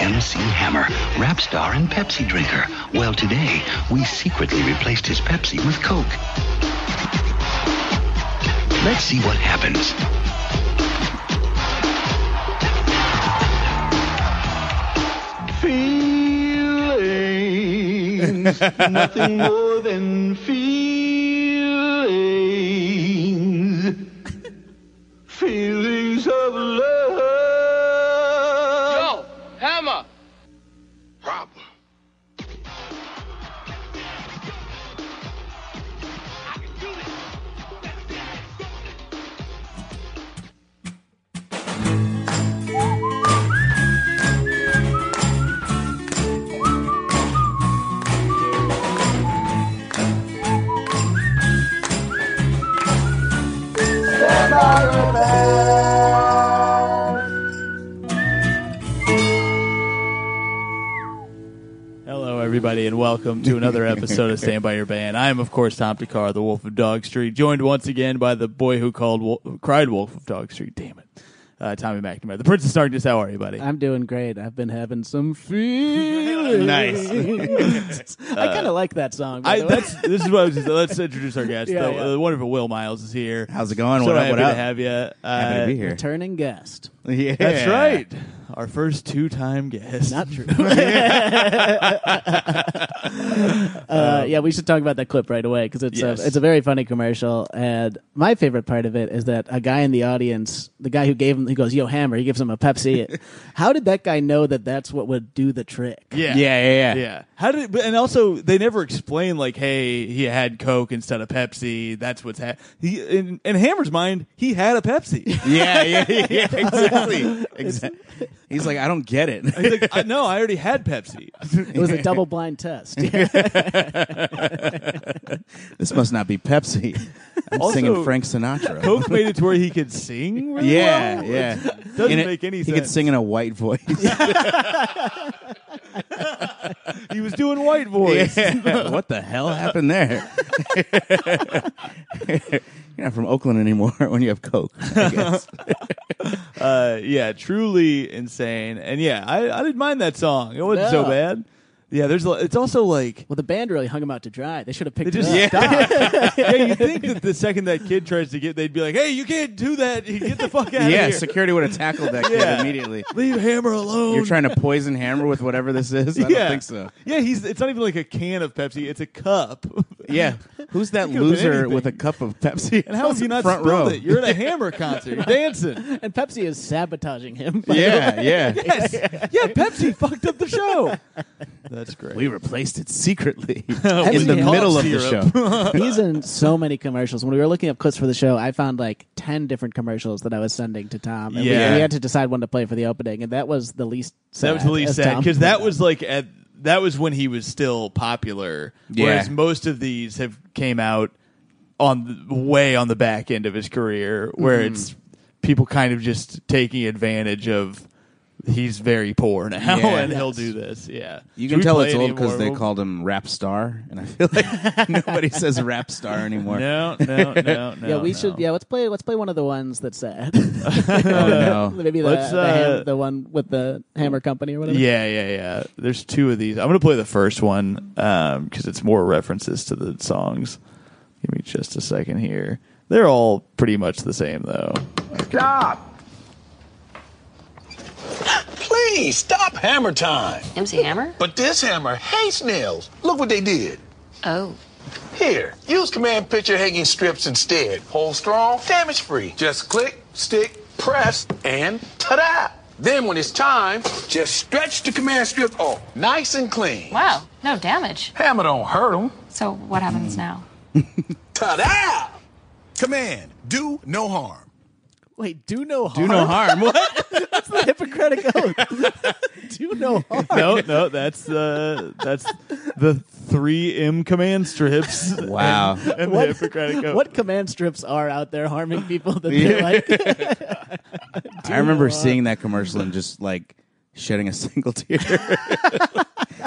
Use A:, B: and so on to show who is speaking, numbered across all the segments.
A: MC Hammer, rap star and Pepsi drinker. Well, today, we secretly replaced his Pepsi with Coke. Let's see what happens.
B: Feelings, nothing more than feelings. Feelings of love.
C: Yo, Hammer.
B: Problem.
D: Hello, everybody, and welcome to another episode of Stand By Your Band. I am, of course, Tom Picard, the Wolf of Dog Street, joined once again by the boy who called Wol- cried Wolf of Dog Street. Damn it, uh, Tommy McNamara, the Prince of Darkness. How are you, buddy?
E: I'm doing great. I've been having some feelings.
D: Nice. Uh,
E: I kind of like that song. by
D: I,
E: the way.
D: that's, this is what I was. Just, let's introduce our guest.
E: Yeah,
D: the,
E: yeah.
D: the wonderful Will Miles is here.
F: How's it going?
D: So
F: what up?
D: happy
F: What
D: to
F: up?
D: have you. Uh,
F: Happy to be here.
E: returning guest.
F: Yeah.
D: That's right. Our first two-time guest.
E: Not true. uh, yeah, we should talk about that clip right away because it's
D: Um, Yes.
E: a it's a very funny commercial, and my favorite part of it is that a guy in the audience, the guy who gave him, he goes, "Yo, Hammer," he gives him a Pepsi. How did that guy know that that's what would do the trick?
D: Yeah.
F: Yeah, yeah, yeah.
D: Yeah. How did? But, and also, they never explain like, hey, he had Coke instead of Pepsi. That's what's ha- he in, in Hammer's mind. He had a Pepsi.
F: Yeah, yeah, yeah, yeah, exactly. exactly. He's like, I don't get it.
D: He's like, I, no, I already had Pepsi.
E: It was a double blind test.
F: this must not be Pepsi. I'm
D: Also-
F: singing Frank Sinatra.
D: Coke made it to where he could sing. Really
F: yeah,
D: well.
F: yeah.
D: doesn't
F: In a-
D: make any
F: he could
D: sense.
F: sing in a white voice.
D: He was doing white voice.
F: Yeah. What the hell happened there? You're not from Oakland anymore when you have Coke. I guess.
D: Uh, yeah, truly insane. And yeah, I, I didn't mind that song. It wasn't so
E: No.
D: bad. Yeah, there's. a- It's also like.
E: Well, the band really hung him out to dry. They should have
D: They
E: picked it
D: just
E: up.
D: stop. yeah, you think that the second that kid tries to get, they'd be like, "Hey, you can't do that! Get the fuck out
F: yeah,
D: of here!"
F: security would have tackled that
D: Yeah.
F: kid immediately.
D: Leave Hammer alone.
F: You're trying to poison Hammer with whatever this is? I don't think so.
D: Yeah, he's. It's not even like a can of Pepsi. It's a cup.
F: Yeah. Who's that
D: It could've been
F: loser
D: anything.
F: with a cup of Pepsi?
D: And how have you not
F: front
D: spilled
F: row?
D: it? You're at a Hammer concert. You're dancing.
E: And Pepsi is sabotaging him.
F: yeah, yeah.
D: Yes. Yeah, Pepsi fucked up the show. That's great.
F: We replaced it secretly in
E: Pepsi
F: the
E: Cola
F: middle of the
D: syrup.
F: show.
E: He's in so many commercials. When we were looking up clips for the show, I found like 10 different commercials that I was sending to Tom. And we-
D: Yeah.
E: we, had to decide one to play for the opening, and that was the least sad.
D: that was really
E: as
D: sad
E: Tom
D: because
E: pointed
D: that
E: out.
D: was like at that was when he was still popular.
F: Yeah.
D: Whereas most of these have came out on the, way on the back end of his career, where
F: Mm-hmm.
D: it's people kind of just taking advantage of. He's very poor now,
F: Yeah.
D: and he'll do this. Yeah,
F: You
D: Should
F: can
D: we
F: tell
D: play
F: it's
D: any
F: old because
D: more?
F: they
D: We'll-
F: called him Rap Star, and I feel like nobody says Rap Star anymore.
D: No, no, no, no.
E: Yeah, we
D: Oh, no.
E: should. Yeah, let's play. Let's play one of the ones that's sad.
F: Oh, no.
E: Maybe the
D: Let's,
E: the, ham-
D: uh,
E: the one with the Hammer Company or whatever.
D: Yeah, yeah, yeah. There's two of these. I'm gonna play the first one because it's more references to the songs. Give me just a second here. They're all pretty much the same though.
B: Stop. Please stop hammer time.
G: MC Hammer?
B: But this hammer hates nails. Look what they did.
G: Oh.
B: Here, use command picture hanging strips instead. Hold strong, damage free. Just click, stick, press, and ta-da! Then when it's time, just stretch the command strip off, nice and clean.
G: Wow. No damage.
B: Hammer don't hurt 'em.
G: So what happens now?
B: Ta-da! Command, do no harm.
E: Wait, do no harm.
F: Do no harm. What?
E: hypocritical. do no harm.
D: No, no, that's uh, that's the three M command strips.
F: Wow.
D: And
E: What-
D: the Hippocratic Oath.
E: What command strips are out there harming people that they like?
F: I remember seeing that commercial and just like shedding a single tear.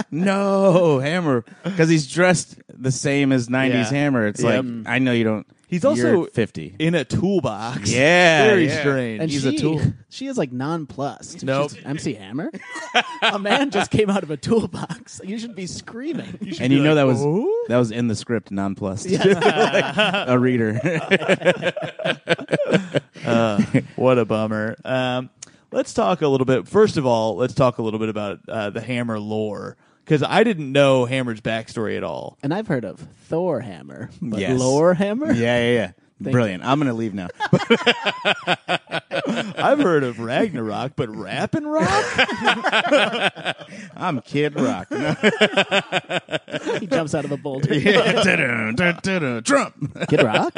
F: no, Hammer. Because he's dressed the same as 90s
D: Yeah.
F: Hammer. It's
D: Yep.
F: like, I know you don't.
D: He's also
F: You're 50.
D: in a toolbox.
F: Yeah,
D: very
F: yeah.
D: strange.
E: And
F: He's
E: she,
F: a tool.
E: She is like nonplussed.
D: Nope.
E: She's MC Hammer. a man just came out of a toolbox. You should be screaming.
F: and you
D: be
F: know
D: like,
F: that was
D: "Oh?"
F: that was in the script, nonplussed. Like, a reader.
D: What a bummer. Um, let's talk a little bit. First of all, let's talk a little bit about uh, the Hammer lore because I didn't know Hammer's backstory at all.
E: And I've heard of Thor Hammer, but
F: Yes.
E: Lore Hammer.
F: yeah, yeah, yeah. Brilliant. I'm gonna leave now.
D: I've heard of Ragnarok, but Rappin' Rock.
F: I'm Kid Rock.
E: He jumps out of a boulder.
F: Da-dum, da-dum, Trump.
E: Kid Rock.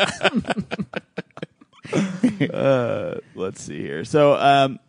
D: Let's see here. So. Um,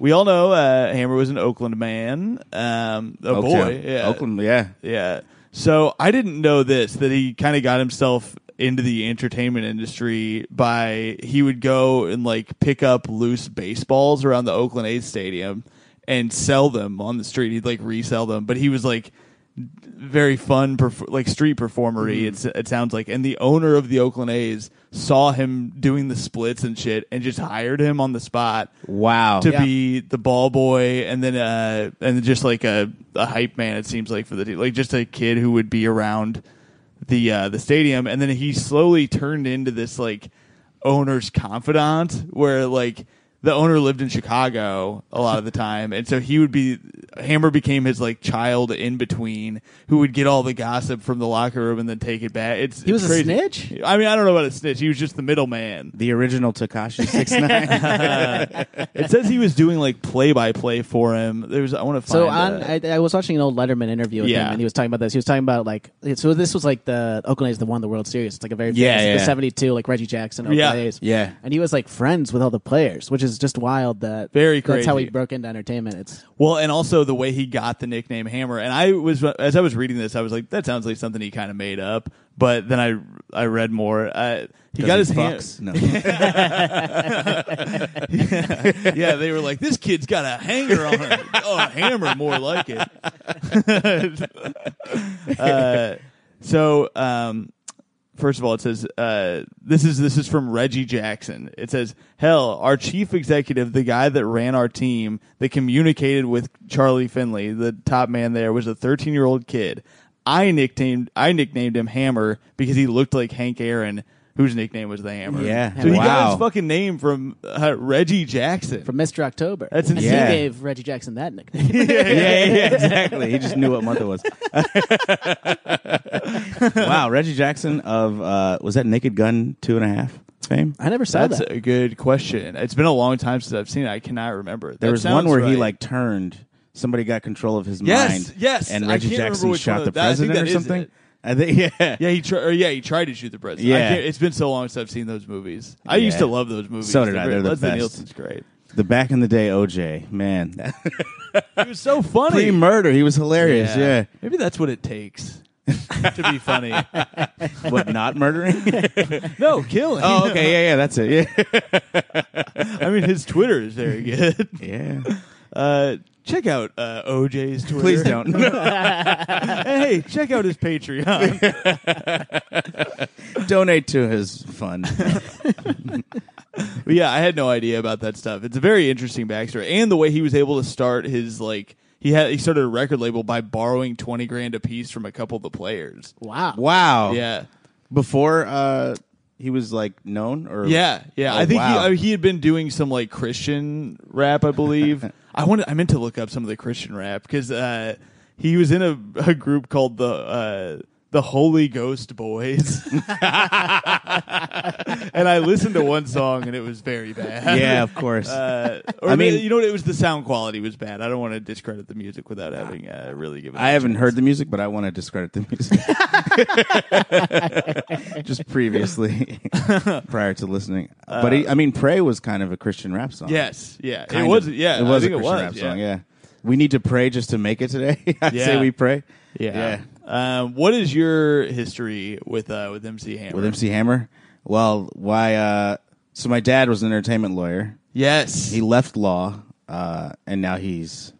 D: we all know uh, Hammer was an Oakland man. Um, a boy.
F: Okay.
D: Yeah.
F: Oh, Oakland. Yeah.
D: Yeah. So I didn't know this that he kind of got himself into the entertainment industry by he would go and like pick up loose baseballs around the Oakland A's stadium and sell them on the street. He'd like resell them, but he was like very fun, perf- like street performery. It's, it sounds like, and the owner of the Oakland A's saw him doing the splits and shit, and just hired him on the spot
F: Wow.
D: to be the ball boy and then uh and then just like a, a hype man it seems like for the team like just a kid who would be around the uh the stadium and then he slowly turned into this like owner's confidant where like the owner lived in Chicago a lot of the time and so he would be Hammer became his like child in between who would get all the gossip from the locker room and then take it back it's
E: He was
D: it's
E: a
D: crazy.
E: snitch?
D: I mean I don't know about a snitch he was just the middleman
F: the original Takashi Six Nine.
D: It says he was doing like play by play for him. There's I want to find.
E: So on,
D: uh,
E: I, I was watching an old Letterman interview with
D: Yeah.
E: him, and he was talking about this. He was talking about like, so this was like the Oakland A's that won the World Series. It's like a very
F: Yeah,
E: famous-
F: yeah.
E: the '72, like Reggie Jackson Oakland
D: Yeah.
E: A's.
F: Yeah.
E: and he was like friends with all the players, which is just wild. That
D: Very
E: That's how he
D: crazy.
E: broke into entertainment. It's
D: well, and also the way he got the nickname Hammer. And I was as I was reading this, I was like, that sounds like something he kind of made up. But then I I read more. Uh, he got his hands.
F: No.
D: yeah, they were like, this kid's got a hanger on her. Oh, a hammer, more like it. Uh, so, um, first of all, it says uh, this is this is from Reggie Jackson. It says, "Hell, our chief executive, the guy that ran our team, that communicated with Charlie Finley, the top man there, was a 13 year old kid. I nicknamed I nicknamed him Hammer because he looked like Hank Aaron." Whose nickname was the Hammer?
F: Yeah.
D: so he got
F: Wow.
D: his fucking name from uh, Reggie Jackson.
E: from Mr. October.
D: That's
E: and he
F: insane.
E: gave Reggie Jackson that nickname.
F: yeah, yeah, yeah, exactly. He just knew what month it was. wow, Reggie Jackson of uh, was that Naked Gun two and a half fame?
E: I never saw
D: That's
E: that.
D: a good question. It's been a long time since I've seen it. I cannot remember.
F: There
D: That
F: was one
D: sounds
F: where he
D: right.
F: like turned. Somebody got control of his
D: Yes,
F: mind.
D: yes.
F: And
D: I
F: Reggie
D: can't remember
F: Jackson
D: which one
F: shot
D: of
F: the
D: that- I think
F: president
D: that
F: or
D: is
F: something.
D: it.
F: I think yeah.
D: Yeah, he tried. Yeah, he tried to shoot the president. I
F: Yeah.
D: can't- it's been so long since I've seen those movies. I
F: Yeah.
D: used to love those movies.
F: So did I. They're the
D: Leslie
F: best.
D: Nielsen's great.
F: The back in the day OJ man.
D: It was so funny.
F: Pre murder, he was hilarious. Yeah.
D: Maybe that's what it takes to be funny.
F: What not murdering?
D: no, killing.
F: oh, okay. Yeah, yeah. That's it. Yeah.
D: I mean, his Twitter is very good.
F: Yeah.
D: Uh, check out uh, OJ's Twitter.
F: Please don't.
D: And hey, check out his Patreon.
F: Donate to his fund.
D: But yeah, I had no idea about that stuff. It's a very interesting backstory, and the way he was able to start his like he had he started a record label by borrowing twenty grand a piece from a couple of the players.
E: Wow.
F: Wow.
D: Yeah.
F: Before uh, he was like known or
D: Yeah, yeah.
F: Oh,
D: I think
F: wow.
D: he, uh, he had been doing some like Christian rap, I believe. I wanted, I meant to look up some of the Christian rap because uh, he was in a, a group called the uh, the Holy Ghost Boys, and I listened to one song and it was very bad.
F: yeah, of course.
D: Uh, or
F: I
D: I
F: mean-
D: mean, you know what? It was the sound quality was bad. I don't want to discredit the music without having uh, really given. it
F: I
D: a
F: haven't
D: chance.
F: heard the music, but I want to discredit the music. Just previously, prior to listening, but he, I mean, "Pray" was kind of a Christian rap song.
D: Uh, Yes, yeah,
F: Kind
D: it
F: of.
D: was. Yeah,
F: it was
D: I think
F: a
D: it
F: Christian
D: was.
F: rap
D: yeah.
F: song. Yeah, we need to pray just to make it today. I
D: Yeah.
F: say we pray.
D: Yeah. Um, what is your history with uh, with MC Hammer?
F: with MC Hammer. Well, why? Uh, so my dad was an entertainment lawyer.
D: Yes.
F: He left law, uh, and now he's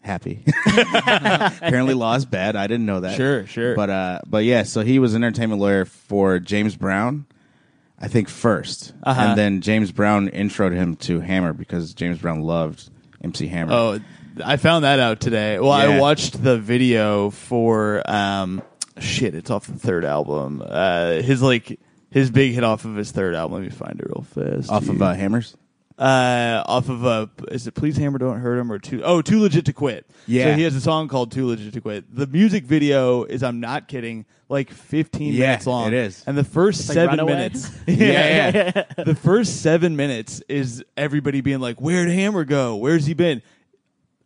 F: happy. Apparently, law is bad. I didn't know that.
D: Sure, sure.
F: But uh, but yeah, so he was an entertainment lawyer for James Brown, I think 1st
D: Uh-huh.
F: and then James Brown introed him to Hammer because James Brown loved MC Hammer.
D: Oh, I found that out today. Well, I
F: Yeah.
D: watched the video for um shit, it's off the third album. Uh his like his big hit off of his third album. Let me find it real fast.
F: off of uh, Hammers.
D: uh, off of a is it please hammer don't hurt him or too oh too legit to quit
F: Yeah.
D: so he has a song called too legit to quit the music video is i'm not kidding like 15
F: Yeah,
D: minutes long
F: it is.
D: and the first
E: like
D: seven
E: Runaway?
D: minutes yeah, the first seven minutes is everybody being like where'd hammer go where's he been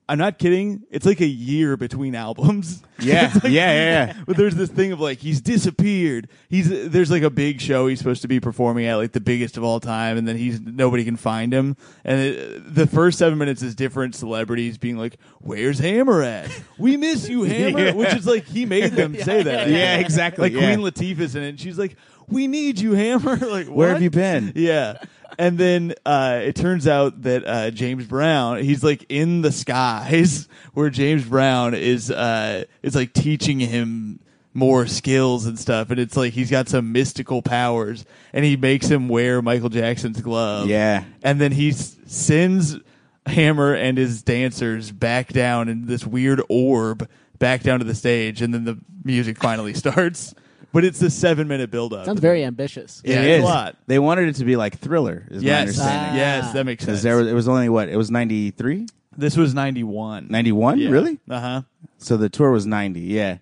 D: i'm not kidding it's like a year between albums
F: Yeah,
D: It's like-
F: yeah, yeah, yeah.
D: but there's this thing of like he's disappeared. He's there's like a big show he's supposed to be performing at, like the biggest of all time, and then he's nobody can find him. And it, the first seven minutes is different celebrities being like, "Where's Hammer at? We miss you, Hammer,"
F: Yeah.
D: which is like he made them say that.
F: Yeah, exactly,
D: Like
F: yeah.
D: Queen Latifah's in it, and she's like, "We need you, Hammer." like,
F: Where have
D: what?
F: you been?
D: yeah. And then uh, it turns out that uh, James Brown, he's like in the skies where James Brown is uh, is like teaching him more skills and stuff, and it's like he's got some mystical powers, and he makes him wear Michael Jackson's glove.
F: Yeah.
D: and then he s- sends Hammer and his dancers back down in this weird orb back down to the stage, and then the music finally starts. But it's the seven minute buildup.
E: Sounds very ambitious.
D: Yeah,
F: it
D: it's
F: is.
D: a lot.
F: They wanted it to be like Thriller. Is my
D: Yes, Ah.
F: understanding.
D: yes, that makes sense.
F: Because there was, it was only what it was 93?
D: This was 91.
F: 91? Really?
D: Uh huh.
F: So the tour was 90, yeah.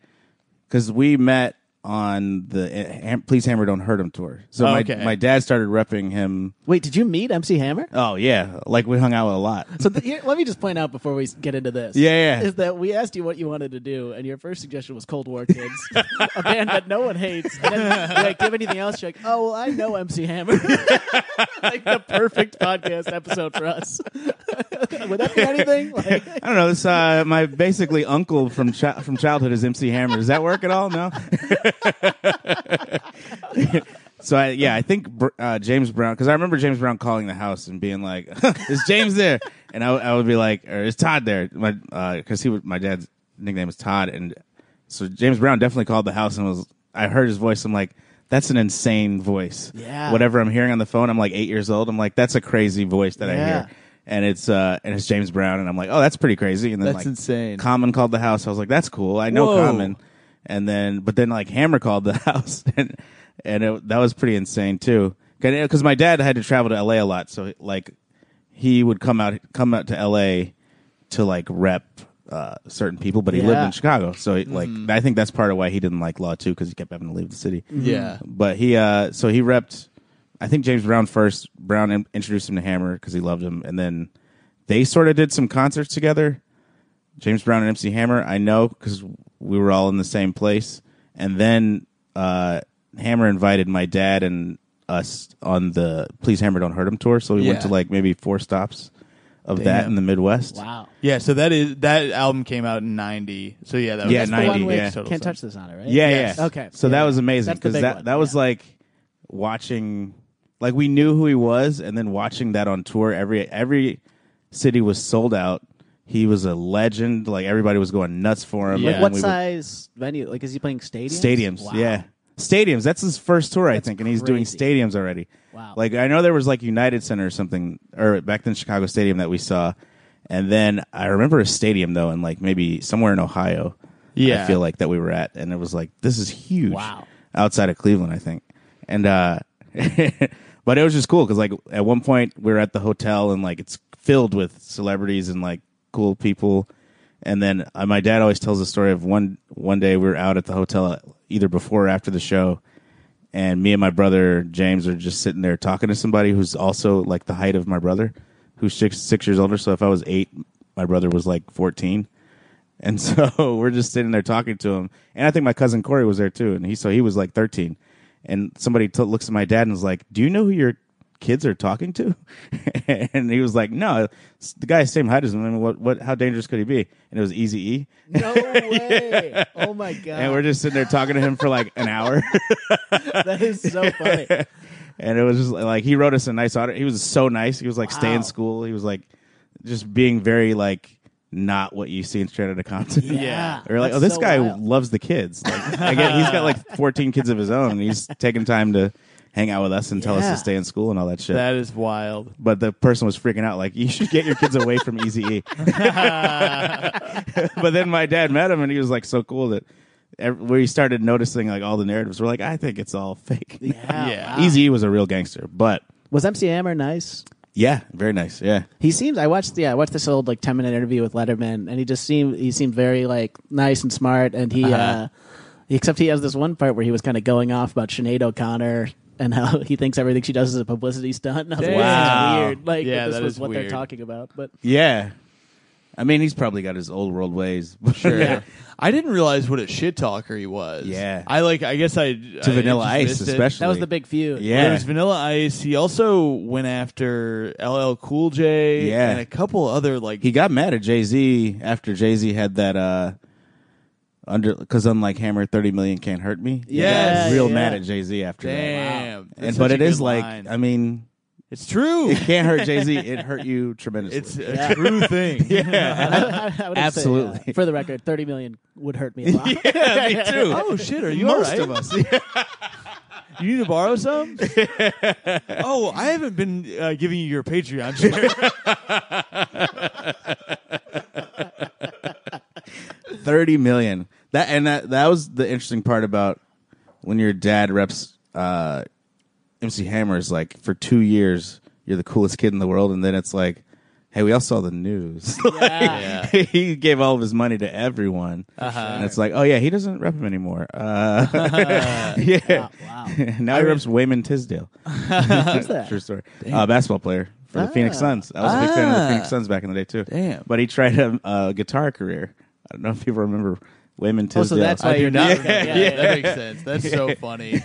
F: Because we met on the uh, Ham- Please Hammer Don't Hurt Him tour. So my,
D: Okay.
F: my dad started repping him.
E: Wait, did you meet MC Hammer?
F: Oh, yeah. Like we hung out a lot.
E: So th- here, let me just point out before we s- get into this.
F: Yeah, yeah.
E: Is that we asked you what you wanted to do, and your first suggestion was Cold War Kids, a band that no one hates. And then, you're like, give anything else, you're like, oh, well, I know MC Hammer. like the perfect podcast episode for us. Would that be anything? Like,
F: I don't know. This, uh, my basically uncle from chi- from childhood is MC Hammer. Does that work at all? No. so I, yeah, I think Br- uh, James Brown because I remember James Brown calling the house and being like, "Is James there?" And I, w- I would be like, "Or is Todd there?" My because he was my dad's nickname is Todd, and so James Brown definitely called the house and was. I heard his voice. I'm like. That's an insane voice.
E: Yeah.
F: Whatever I'm hearing on the phone, I'm like eight years old. I'm like, that's a crazy voice that I
E: Yeah.
F: hear and it's uh and it's James Brown and I'm like, oh, that's pretty crazy. And then
D: That's
F: like,
D: insane.
F: Common called the house. I was like, that's cool. I know
D: Whoa.
F: Common. And then but then like Hammer called the house and and it, that was pretty insane too. Because my dad had to travel to LA a lot, so like he would come out come out to LA to like rep uh, certain people, but he lived
E: Yeah.
F: in Chicago, so he, like I think that's part of why he didn't like law too because he kept having to leave the city.
D: Mm-hmm. Yeah.
F: But he uh so he repped I think James Brown first. Brown in- introduced him to Hammer because he loved him and then they sort of did some concerts together. James Brown and MC Hammer, I know cuz we were all in the same place. And then uh Hammer invited my dad and us on the Please Hammer Don't Hurt Him tour, so we
D: Yeah.
F: went to like maybe four stops of that
D: Damn.
F: in the Midwest.
E: wow.
D: Yeah. So that is that album came out in '90. So yeah, that was
F: Yeah,
D: that's the
F: 90,
D: one with
F: yeah.
D: total
E: Can't
D: sense.
E: touch this on it, right?
F: Yeah,
D: Yes.
F: yeah.
E: Okay.
F: So
E: Yeah,
F: that
E: yeah.
F: was amazing
E: That's the
F: because
E: big
F: that
E: one,
F: that was
E: yeah.
F: like watching, like we knew who he was, and then watching that on tour. Every every city was sold out. He was a legend. Like everybody was going nuts for him.
D: Like,
F: and
E: What
F: we would-
E: size venue? Like, is he playing stadiums?
F: Stadiums.
E: Wow.
F: Yeah. Stadiums. That's his first tour, I think, and he's doing
E: crazy.
F: stadiums already.
E: Wow.
F: Like I know there was like United Center or something, or back then Chicago Stadium that we saw, and then I remember a stadium though, and like maybe somewhere in Ohio.
D: Yeah.
F: I feel like that we were at, and it was like this is huge.
E: Wow.
F: Outside of Cleveland, I think, and uh, but it was just cool because like at one point we were at the hotel and like it's filled with celebrities and like cool people. And then uh, my dad always tells the story of one one day we were out at the hotel uh, either before or after the show, and me and my brother James are just sitting there talking to somebody who's also like the height of my brother, who's six six years older. So if I was eight, my brother was like fourteen, and so we're just sitting there talking to him. And I think my cousin Corey was there too, and he so he was like thirteen. And somebody t- looks at my dad and is like, "Do you know who your kids are talking to?" and he was like, "No, it's the guy's same height as him. I mean, what, what, how dangerous could he be?" And it was Easy E.
E: No way. Oh my god.
F: And we're just sitting there talking to him for like an hour.
E: that is so funny.
F: and it was just like he wrote us a nice audit. He was so nice. He was like stay in school. He was like just being very like not what you see in straight out of Compton.
E: Yeah.
F: Or like,
E: That's
F: oh, this
E: so
F: guy
E: wild.
F: loves the kids. Like, I get, he's got like 14 kids of his own. And he's taking time to hang out with us and tell us
E: Yeah.
F: to stay in school and all that shit.
D: That is wild.
F: but the person was freaking out, like, you should get your kids away from Easy E. but then my dad met him and he was like so cool that ev- we started noticing like all the narratives. We're like, I think it's all fake.
E: Yeah.
D: Yeah.
E: Oh, wow.
F: Easy E was a real gangster, but
E: Was MC Hammer nice?
F: yeah, very nice. Yeah.
E: He seems. I watched. Yeah, I watched this old like ten minute interview with Letterman, and he just seemed. He seemed very like nice and smart, and
F: Uh-huh.
E: he. uh Except he has this one part where he was kind of going off about Sinead O'Connor and how he thinks everything she does is a publicity stunt. And I was like,
D: Wow.
E: this is weird. Like,
D: Yeah,
E: this
D: that
E: was
D: is
E: what
D: weird.
E: they're talking about. But
F: Yeah. I mean, he's probably got his old world ways. Sure.
D: Yeah. I didn't realize what a shit talker he was.
F: Yeah.
D: I like. I guess I
F: To Vanilla Ice, especially.
E: that was the big feud.
F: Yeah.
D: There was Vanilla Ice. He also went after LL Cool J.
F: Yeah.
D: And a couple other like.
F: he got mad at Jay Z after Jay Z had that uh under because unlike Hammer, thirty million can't hurt me. He got
D: Yes.
F: real
E: Yeah.
F: mad at Jay Z after
D: Damn. Wow.
F: that.
D: That's
F: and
D: such
F: but
D: a
F: it is
D: good
F: like
D: line.
F: I mean,
D: it's true.
F: it can't hurt Jay Z. It hurt you tremendously.
D: It's uh, a true thing.
E: I would just say, uh,
F: Absolutely.
E: for the record, thirty million would hurt me a lot.
F: yeah, me too.
D: Oh shit! Are you all
F: Most
D: right?
F: of us.
D: You need to borrow some? oh, I haven't been uh, giving you your Patreon share.
F: thirty million. That and that that was the interesting part about when your dad reps uh, MC Hammer is like for two years you're the coolest kid in the world, and then it's like, hey, we all saw the news.
E: Yeah. Uh-huh.
F: Like, he gave all of his money to everyone, and it's like, oh yeah, he doesn't rep him anymore. Uh, yeah,
E: wow.
F: now he reps Wayman Tisdale.
E: Who's that? Ah.
F: True story. Uh, basketball player for the Phoenix Suns. I was a big fan of the Phoenix Suns back in the day too.
D: Damn.
F: But he tried a, a guitar career. I don't know if people remember Wayman Tisdale.
E: Oh, so that's why
D: do
E: you're
D: not.
E: not.
D: remember
E: Yeah,
D: that.
E: yeah.
D: That makes sense. That's so funny.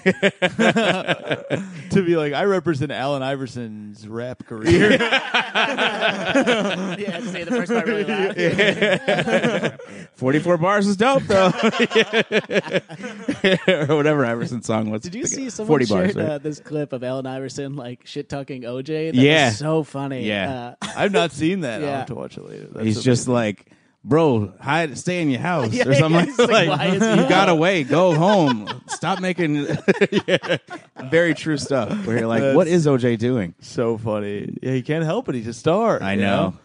D: to be like, I represent Allen Iverson's rap career.
E: Yeah, I'd say the first part really loud.
F: 44 bars is dope though. or whatever Iverson song was.
E: Did you see someone
F: 40
E: shared
F: bars. right?
E: uh, this clip of Allen Iverson like shit talking OJ? That
F: Yeah.
E: was so funny.
F: Yeah.
E: uh,
D: I've not seen that. I'll
E: Yeah.
D: have to watch it later. That's
F: He's
D: amazing.
F: just like, bro, hide, stay in your house
E: Yeah,
F: or something
E: it's
F: like,
E: like, why is he
F: you
E: out?
F: got away. Go home. Stop making Yeah. very true stuff. Where you're like, what is OJ doing?
D: so funny. Yeah, he can't help it. He's a star.
F: I
D: you
F: know.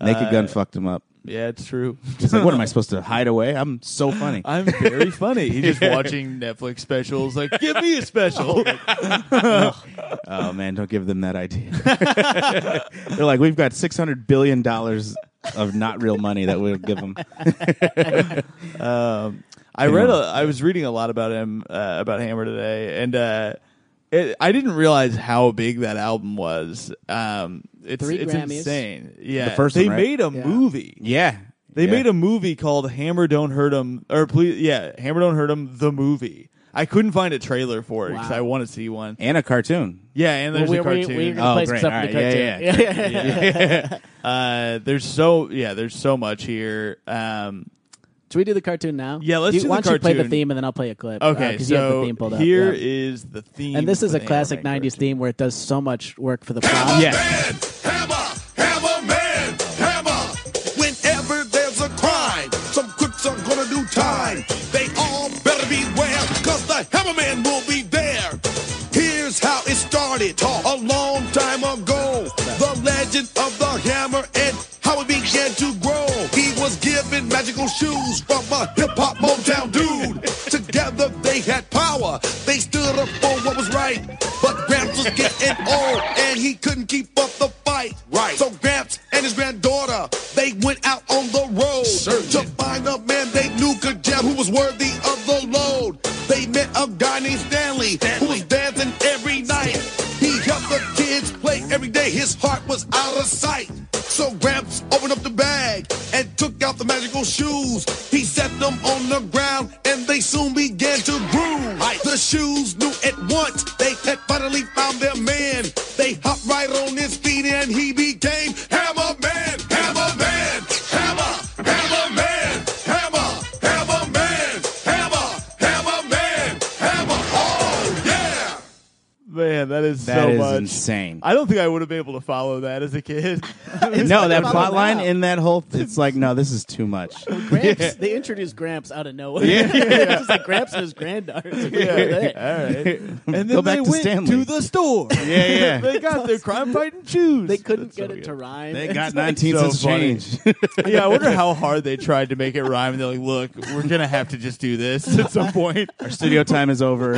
F: Naked
D: Uh,
F: Gun fucked him up.
D: Yeah, it's true.
F: He's like, what am I supposed to hide away? I'm so funny.
D: I'm very funny. He's just watching Netflix specials. Like, give me a special.
F: Oh man, don't give them that idea. They're like, we've got six hundred billion dollars of not real money that we'll give them.
D: I read. A, I was reading a lot about him uh, about Hammer today, and uh, it, I didn't realize how big that album was. Um, it's
E: Three
D: it's
E: Grammys.
D: insane. Yeah,
F: The first
D: they
F: one, right?
D: made a
E: Yeah.
D: movie.
F: Yeah,
D: They made a movie called Hammer Don't Hurt 'Em, or please, yeah, Hammer Don't Hurt 'Em, the movie. I couldn't find a trailer for it because
E: Wow.
D: I want to see one.
F: and a cartoon.
D: Yeah, and there's
E: we,
D: a
E: we- we
D: cartoon.
E: were gonna
F: Oh,
E: play
F: great.
E: some
F: All
E: stuff in the
F: right.
E: cartoon.
F: Yeah,
E: yeah, yeah.
D: uh, there's so yeah, there's so much here. Um,
E: Should we do the cartoon now?
D: Yeah, let's do the
E: why don't you play the
D: cartoon.
E: theme and then I'll play a clip.
D: okay,
E: because
D: so
E: Uh, you have the theme pulled up.
D: here
E: yeah.
D: is the theme, Oh
E: and this is
D: for
E: a
D: the
E: classic
D: Hammer
E: '90s
D: Don't Hurt 'Em.
E: theme where it does so much work for the plot.
H: Man, hammer, hammer, man, hammer. Whenever there's a crime, some crooks are gonna do time. They all better beware, cause the hammerman will be there. Here's how it started a long time ago. The legend of the hammer and how it began to grow. He was given magical shoes from a hip hop Motown dude. Together they had power. They stood up for what was right. But Gramps was getting old and he couldn't keep up the fight. Right. So Gramps and his granddaughter, they went out on the road to find a man they knew could jam who was worthy of the load. They met a guy named Stanley, who was dancing every night. He helped the kids play every day. His heart was out of sight. So Gramps opened up the bag and took out the magical shoes. He set them on the ground and they soon began to groove. The shoes knew at once they had finally found their man. They hopped right on his feet and he became Hammer Man, Hammer Man, Hammer, Hammer Man, Hammer, Hammer Man, Hammer, Hammer Man, Hammer. Oh yeah!
D: Man, that is is
F: That
D: so
F: is
D: much.
F: insane.
D: I don't think I would have been able to follow that as a kid.
F: no, that
E: about
F: plot
E: it
F: line
E: now.
F: in that whole it's like no, this is too much.
E: Gramps, they introduced Gramps out of nowhere. Yeah, it's just like Gramps and his granddaughter. It's like,
D: Yeah.
E: who are they?
D: and then
F: Go back
D: they
F: to
D: went
F: Stanley.
D: to the store.
F: Yeah, yeah.
D: they got their crime fighting shoes.
E: They couldn't
D: That's
E: get
D: so
E: it to
D: good.
E: rhyme.
F: They
E: It's
F: got
E: like-
F: nineteen
D: so
F: cents
D: funny.
F: change.
D: yeah, I wonder how hard they tried to make it rhyme. They're like, look, we're gonna have to just do this at some point.
F: Our studio time is over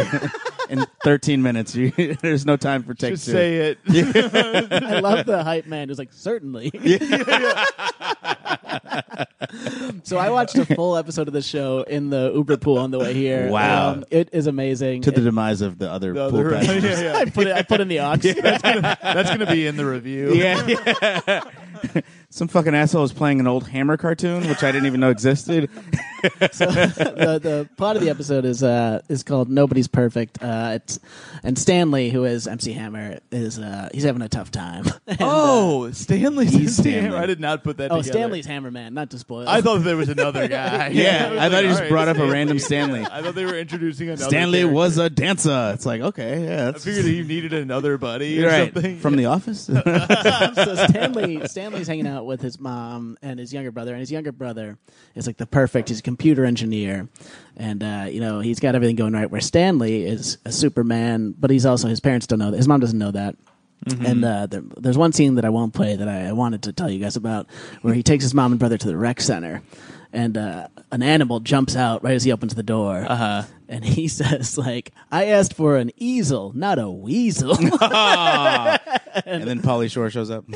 F: in thirteen minutes. You, there's no time for take
D: Just
F: two.
D: say it.
E: I love the hype man who's like, certainly. so I watched a full episode of the show in the Uber pool on the way here. Um,
F: Wow.
E: it is amazing.
F: to the
E: It-
F: demise of the other
D: No,
F: pool
D: they're-
F: passenger.
D: yeah, yeah.
E: I put it. I put in the Uh, aux.
D: That's gonna be in the review.
F: Yeah. Some fucking asshole was playing an old Hammer cartoon, which I didn't even know existed.
E: the, the plot of the episode is uh is called Nobody's Perfect. Uh, it's and Stanley, who is MC Hammer, is uh he's having a tough time. And, uh,
D: Oh, Stanley's
F: He's
D: Stanley.
F: Stanley.
D: I did not put that.
E: oh,
D: together.
E: Stanley's Hammerman. Not to spoil.
D: I thought there was another guy.
F: Yeah,
D: was
F: I thought
D: like,
F: he just
D: all right,
F: brought up a
D: Stanley.
F: random Stanley.
D: I thought they were introducing another.
F: Stanley
D: character.
F: was a dancer. It's like okay, yeah,
D: I
F: that's
D: figured he needed another buddy or
F: You're right.
D: something.
F: from the office.
E: so Stanley Stanley's hanging out with his mom and his younger brother, and his younger brother is like the perfect. He's a computer engineer, and uh, you know he's got everything going right. Where Stanley is a Superman, but he's also his parents don't know that. His mom doesn't know that. And uh, there, there's one scene that I won't play that I, I wanted to tell you guys about, where he takes his mom and brother to the rec center, and uh, an animal jumps out right as he opens the door, uh-huh. and he says, "Like I asked for an easel, not a weasel."
F: and then Polly Shore shows up.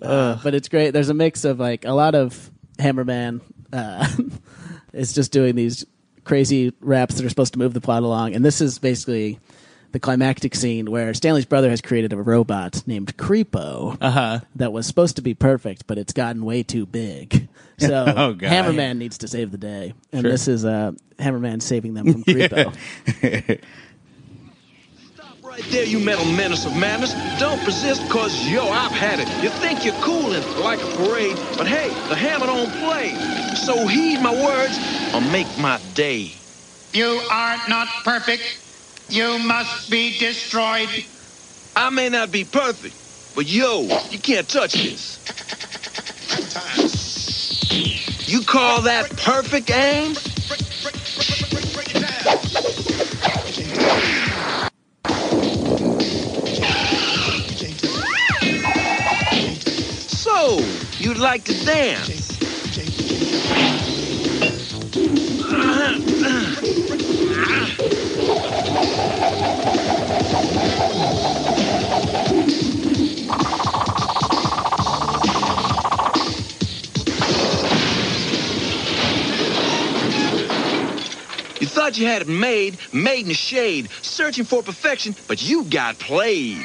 E: but it's great. There's a mix of like a lot of Hammerman uh, is just doing these crazy raps that are supposed to move the plot along, and this is basically the climactic scene where Stanley's brother has created a robot named Creepo
F: Uh-huh.
E: that was supposed to be perfect, but it's gotten way too big. So
F: Oh, God.
E: Hammerman needs to save the day, and this is uh, Hammerman saving them from Creepo.
A: Stop right there, you metal menace of madness. Don't persist, cause yo, I've had it. You think you're coolin' like a parade, but hey, the hammer don't play. So heed my words or make my day.
C: You are not perfect. You must be destroyed.
A: I may not be perfect, but yo, you can't touch this. You call that perfect, Ames? So, you'd like to dance? You thought you had it made, made in the shade, searching for perfection, but you got played.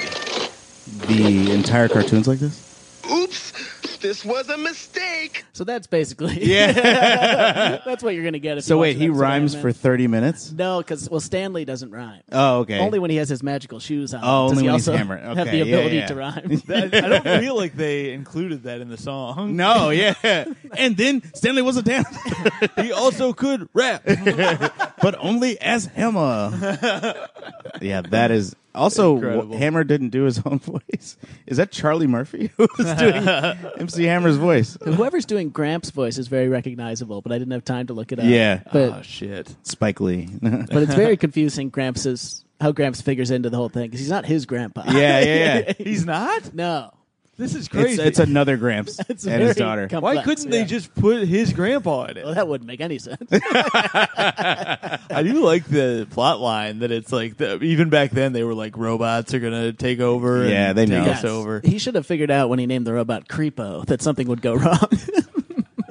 F: the entire cartoon's like this.
A: Oops, this was a mistake.
E: so that's basically
F: Yeah.
E: that's what you're gonna get. If
F: So
E: you watch
F: wait,
E: an
F: he
E: episode of
F: rhymes
E: Hammerman.
F: for thirty minutes.
E: No, because well, Stanley doesn't rhyme.
F: Oh, okay.
E: Only when he has his magical shoes on.
F: Oh,
E: does
F: only
E: he
F: when he's
E: also
F: hammered.
E: have
F: Okay,
E: the
F: yeah,
E: ability
F: yeah.
E: to rhyme.
D: I, I don't feel like they included that in the song.
F: no, yeah. And then Stanley was a dancer,
D: He also could rap.
F: but only as Hammer. yeah, that is also
D: Incredible.
F: Hammer didn't do his own voice. Is that Charlie Murphy who was doing MC Hammer's voice?
E: Whoever's doing Gramps' voice is very recognizable, but I didn't have time to look it up.
F: Yeah.
E: but
D: oh shit.
F: Spike Lee. yeah,
E: but it's very confusing. Gramps is how Gramps figures into the whole thing because he's not his grandpa.
F: yeah, yeah.
D: He's not?
E: no.
D: This is crazy.
F: It's, it's another Gramps
E: It's
F: and
E: very
F: his daughter.
E: com-
D: Why
E: complex,
D: couldn't
E: yeah.
D: they just put his grandpa in it?
E: Well, that wouldn't make any sense.
D: I do like the plot line that it's like the, even back then they were like robots are gonna take over. and
F: Yeah, they
D: take
F: know.
D: us over.
E: He should have figured out when he named the robot Creepo that something would go wrong.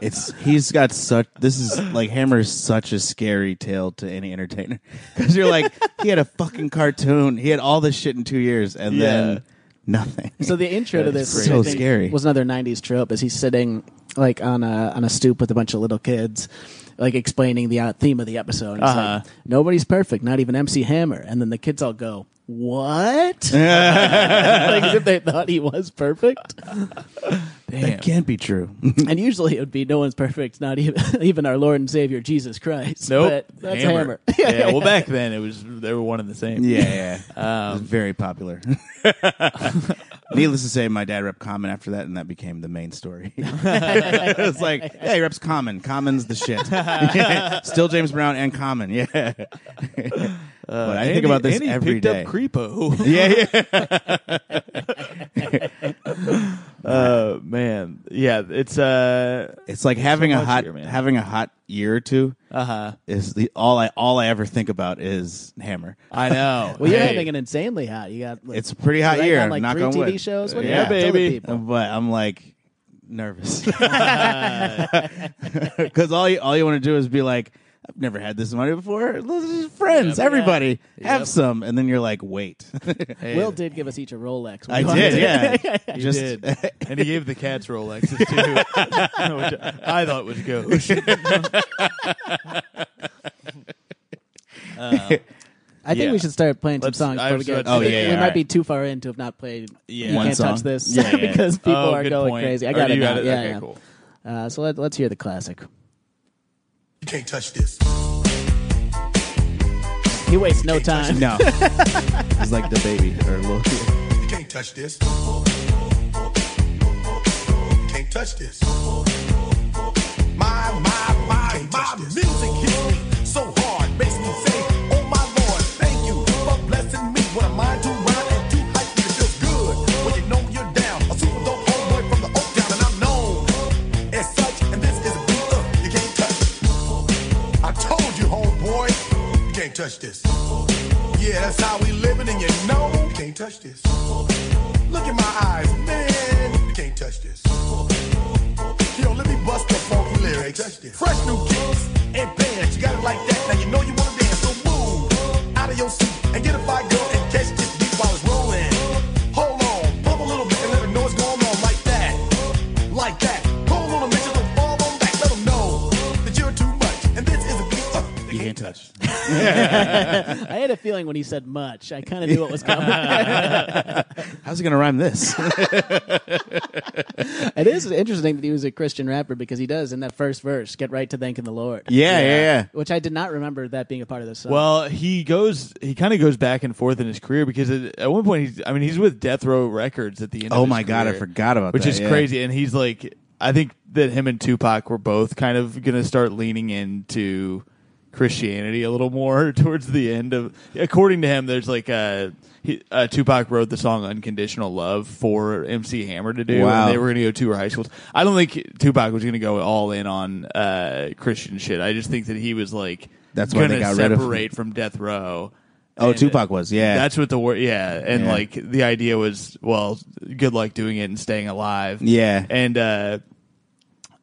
F: It's he's got such. This is like Hammer is such a scary tale to any entertainer because you're like he had a fucking cartoon. He had all this shit in two years and
D: Yeah.
F: then nothing.
E: so the intro to
F: That's
E: this
F: so
E: I think,
F: scary.
E: was another '90s trope. Is he's sitting like on a on a stoop with a bunch of little kids, like explaining the uh, theme of the episode. It's
D: Uh-huh.
E: like nobody's perfect, not even MC Hammer. And then the kids all go, "What?" like as if they thought he was perfect.
D: Damn.
F: That can't be true.
E: And usually it would be no one's perfect, not even even our Lord and Savior Jesus Christ.
D: Nope.
E: But that's Hammer.
D: yeah. Well, back then it was they were one and the same.
F: Yeah, yeah.
D: Um,
F: It was very popular. Needless to say, my dad repped Common after that, and that became the main story. it was like, yeah, he reps Common. Common's the shit. Still James Brown and Common. Yeah. but I think about this
D: Uh, and he
F: every
D: picked
F: day.
D: up Creepo.
F: yeah, yeah.
D: uh, man, yeah, it's uh,
F: It's like having a
D: much
F: hot
D: here, man. Uh-huh.
F: having a hot year or two. Uh huh. Is the all I all I ever think about is Hammer.
D: I know.
E: Well, you're
D: Hey,
E: having an insanely hot. You got like,
F: It's a pretty hot
E: right
F: year.
E: on, like
F: knock
E: three
F: on
E: TV
F: wood.
E: shows. What do
D: Yeah,
E: you got to tell the
D: baby.
E: people?
F: But I'm like nervous because all you all you want to do is be like, I've never had this money before. Let's just friends, everybody have some, and then you're like, wait,
E: Will did give us each a Rolex.
F: I did, yeah.
D: he
F: just
D: did. and he gave the cats Rolexes too, which I thought was gauche.
E: I think
D: Yeah.
E: we should start playing some
D: Let's-
E: songs.
D: I
E: before we
D: was
E: get,
D: about
F: to say- Oh, yeah,
E: we
F: yeah,
E: might
F: alright.
E: be too far in to have not played.
D: Yeah.
E: you
D: One
E: can't touch
F: song?
E: this
F: um, Yeah, yeah.
E: because people
D: Oh,
E: are
D: good
E: going
D: point.
E: crazy.
D: Oh,
E: I got
D: you
E: it.
D: got
E: now.
D: it?
E: Yeah,
D: Okay,
E: yeah.
D: cool.
E: Uh, so let, let's hear the classic.
H: You can't touch this.
E: He wastes no time.
F: no. It's like the baby or look.
H: You can't touch this. You can't touch this. My, my, my, my music hits me so hard. Makes me say, oh my lord, thank you for blessing me. When I'm mind to run and too hype, it feels good. When you know you're down, a super dope homeboy from the Oak Town, and I'm known as such. And this is a beat up you can't touch. I told you, homeboy, you can't touch this. Yeah, that's how we living, and you know you can't touch this. Look at my eyes, man, you can't touch this. Yo, let me bust the funky lyrics. Fresh new kicks and bands, you got it like that. Now you know you wanna dance, so move out of your seat and get a fire girl and catch this beat while it's rolling. Hold on, pump a little bit and let her know what's going on like that, like that. Hold on a minute, don't fall on back. Let 'em know that you're too much, and this is a beat. uh, they
F: You can't touch.
E: I had a feeling when he said much, I kind of knew what was coming.
F: How's it gonna rhyme this?
E: it is interesting that he was a Christian rapper because he does in that first verse get right to thanking the Lord.
F: yeah, yeah, yeah.
E: Which I did not remember that being a part of this song.
D: Well, he goes. He kind of goes back and forth in his career because at, at one point, he's. I mean, he's with Death Row Records at the end.
F: Oh
D: of
F: my
D: his
F: God, I
D: career,
F: forgot about
D: which
F: that,
D: is
F: yeah.
D: crazy. And he's like, I think that him and Tupac were both kind of going to start leaning into Christianity a little more towards the end of. According to him, there's like a. He, uh, Tupac wrote the song "Unconditional Love" for MC Hammer to do,
F: Wow.
D: and they were going to go tour high schools. I don't think Tupac was going to go all in on uh, Christian shit. I just think that he was like,
F: That's why
D: gonna
F: they got rid of-
D: separate from Death Row.
F: Oh,
D: And
F: Tupac was, yeah.
D: That's what the word, yeah. And
F: Yeah.
D: like the idea was, well, good luck doing it and staying alive.
F: Yeah.
D: And uh,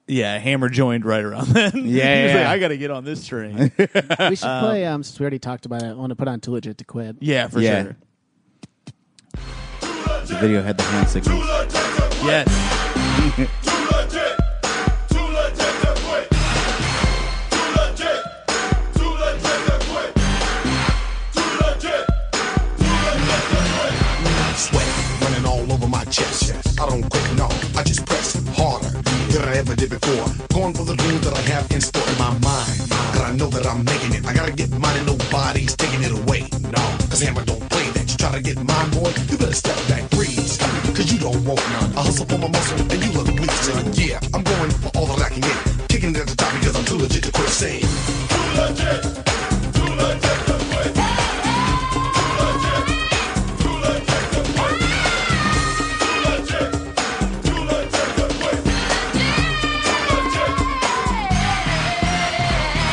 D: yeah, Hammer joined right around then.
F: Yeah,
D: he was
F: yeah.
D: like, I got to get on this train.
E: we
D: uh,
E: should play. Um, since we already talked about it, I want to put on "Too Legit to Quit."
D: yeah, for
F: Yeah.
D: sure.
F: The video had the hand signal.
D: Yes.
H: Sweat running all over my chest. I don't quit, no, I just press harder than I ever did before. Going for the dreams that I have in store in my mind. That I know that I'm making it. I gotta get mine and nobody's taking it away. No, cause Hammer don't play that. You try to get mine, boy, you better step back, freeze. Cause you don't want none. I hustle for my muscle and you look weak, son. Yeah, I'm going for all that I can get. Kicking it at the top because I'm too legit to quit saying.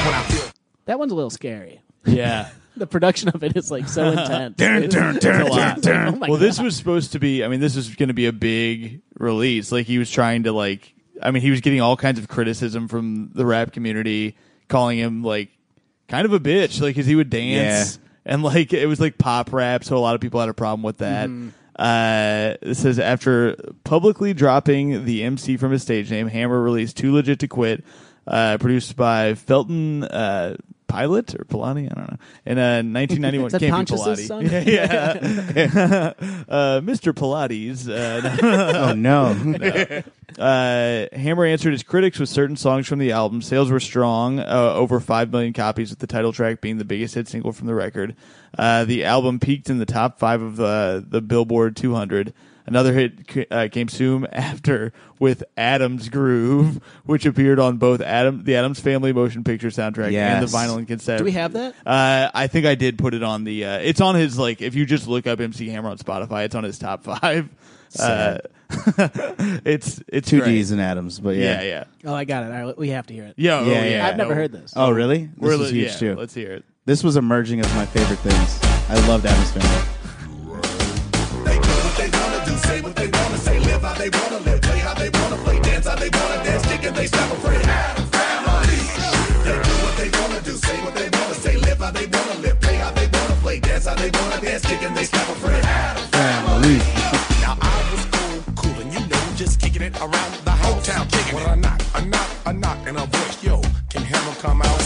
H: When I feel
E: That one's a little scary.
D: Yeah.
E: The production of it is like so intense. Oh my
D: well, this
E: God.
D: was supposed to be. I mean, this was going to be a big release. Like he was trying to like. I mean, he was getting all kinds of criticism from the rap community, calling him like kind of a bitch. Like, cause he would dance and like it was like pop rap, so a lot of people had a problem with that. Uh, it says after publicly dropping the MC from his stage name, Hammer released "Too Legit to Quit," uh, produced by Felton uh, Pilot or Pilani, I don't know. In uh, 1991,
E: Is that
D: can't be Pilati.
E: Pontius's son?
D: Yeah, yeah. uh, Mr. Pilates. Uh,
F: Oh no.
D: Uh, Hammer answered his critics with certain songs from the album. Sales were strong, uh, over 5 million copies, with the title track being the biggest hit single from the record. Uh, the album peaked in the top five of the, the Billboard 200. Another hit ca- uh, came soon after with Adam's Groove, which appeared on both Adam, the Adams Family motion picture soundtrack and
F: Yes.
D: the vinyl and cassette.
E: Do we have that?
D: Uh, I think I did put it on the. Uh, it's on his like. If you just look up MC Hammer on Spotify, it's on his top five. Uh, it's it's
F: Two
D: great.
F: D's and Adams, but
D: Yeah,
F: yeah,
D: yeah,
E: Oh, I got it. All right, we have to hear it.
D: yeah. oh,
F: Yeah,
D: yeah,
F: yeah.
E: I've never
D: No,
E: heard this.
F: Oh, really? This
D: we're
F: was
D: li-
F: huge
D: yeah,
F: too.
D: Let's hear it.
F: This was emerging as my favorite things. I loved Adam's Family.
H: They do what they wanna do, say what they wanna say, live how they wanna live, play how they wanna play, dance how they wanna dance, kick and they stop afraid. Family. They do what they wanna do, say what they wanna say, live how they wanna live, play how they wanna play, dance how they wanna dance, kick and they stop afraid. Family. Now I was cool, cool, and you know, just kicking it around the whole town, kicking it. Well, I knock, I knock, I knock, and a voice, yo, can Hammer come out?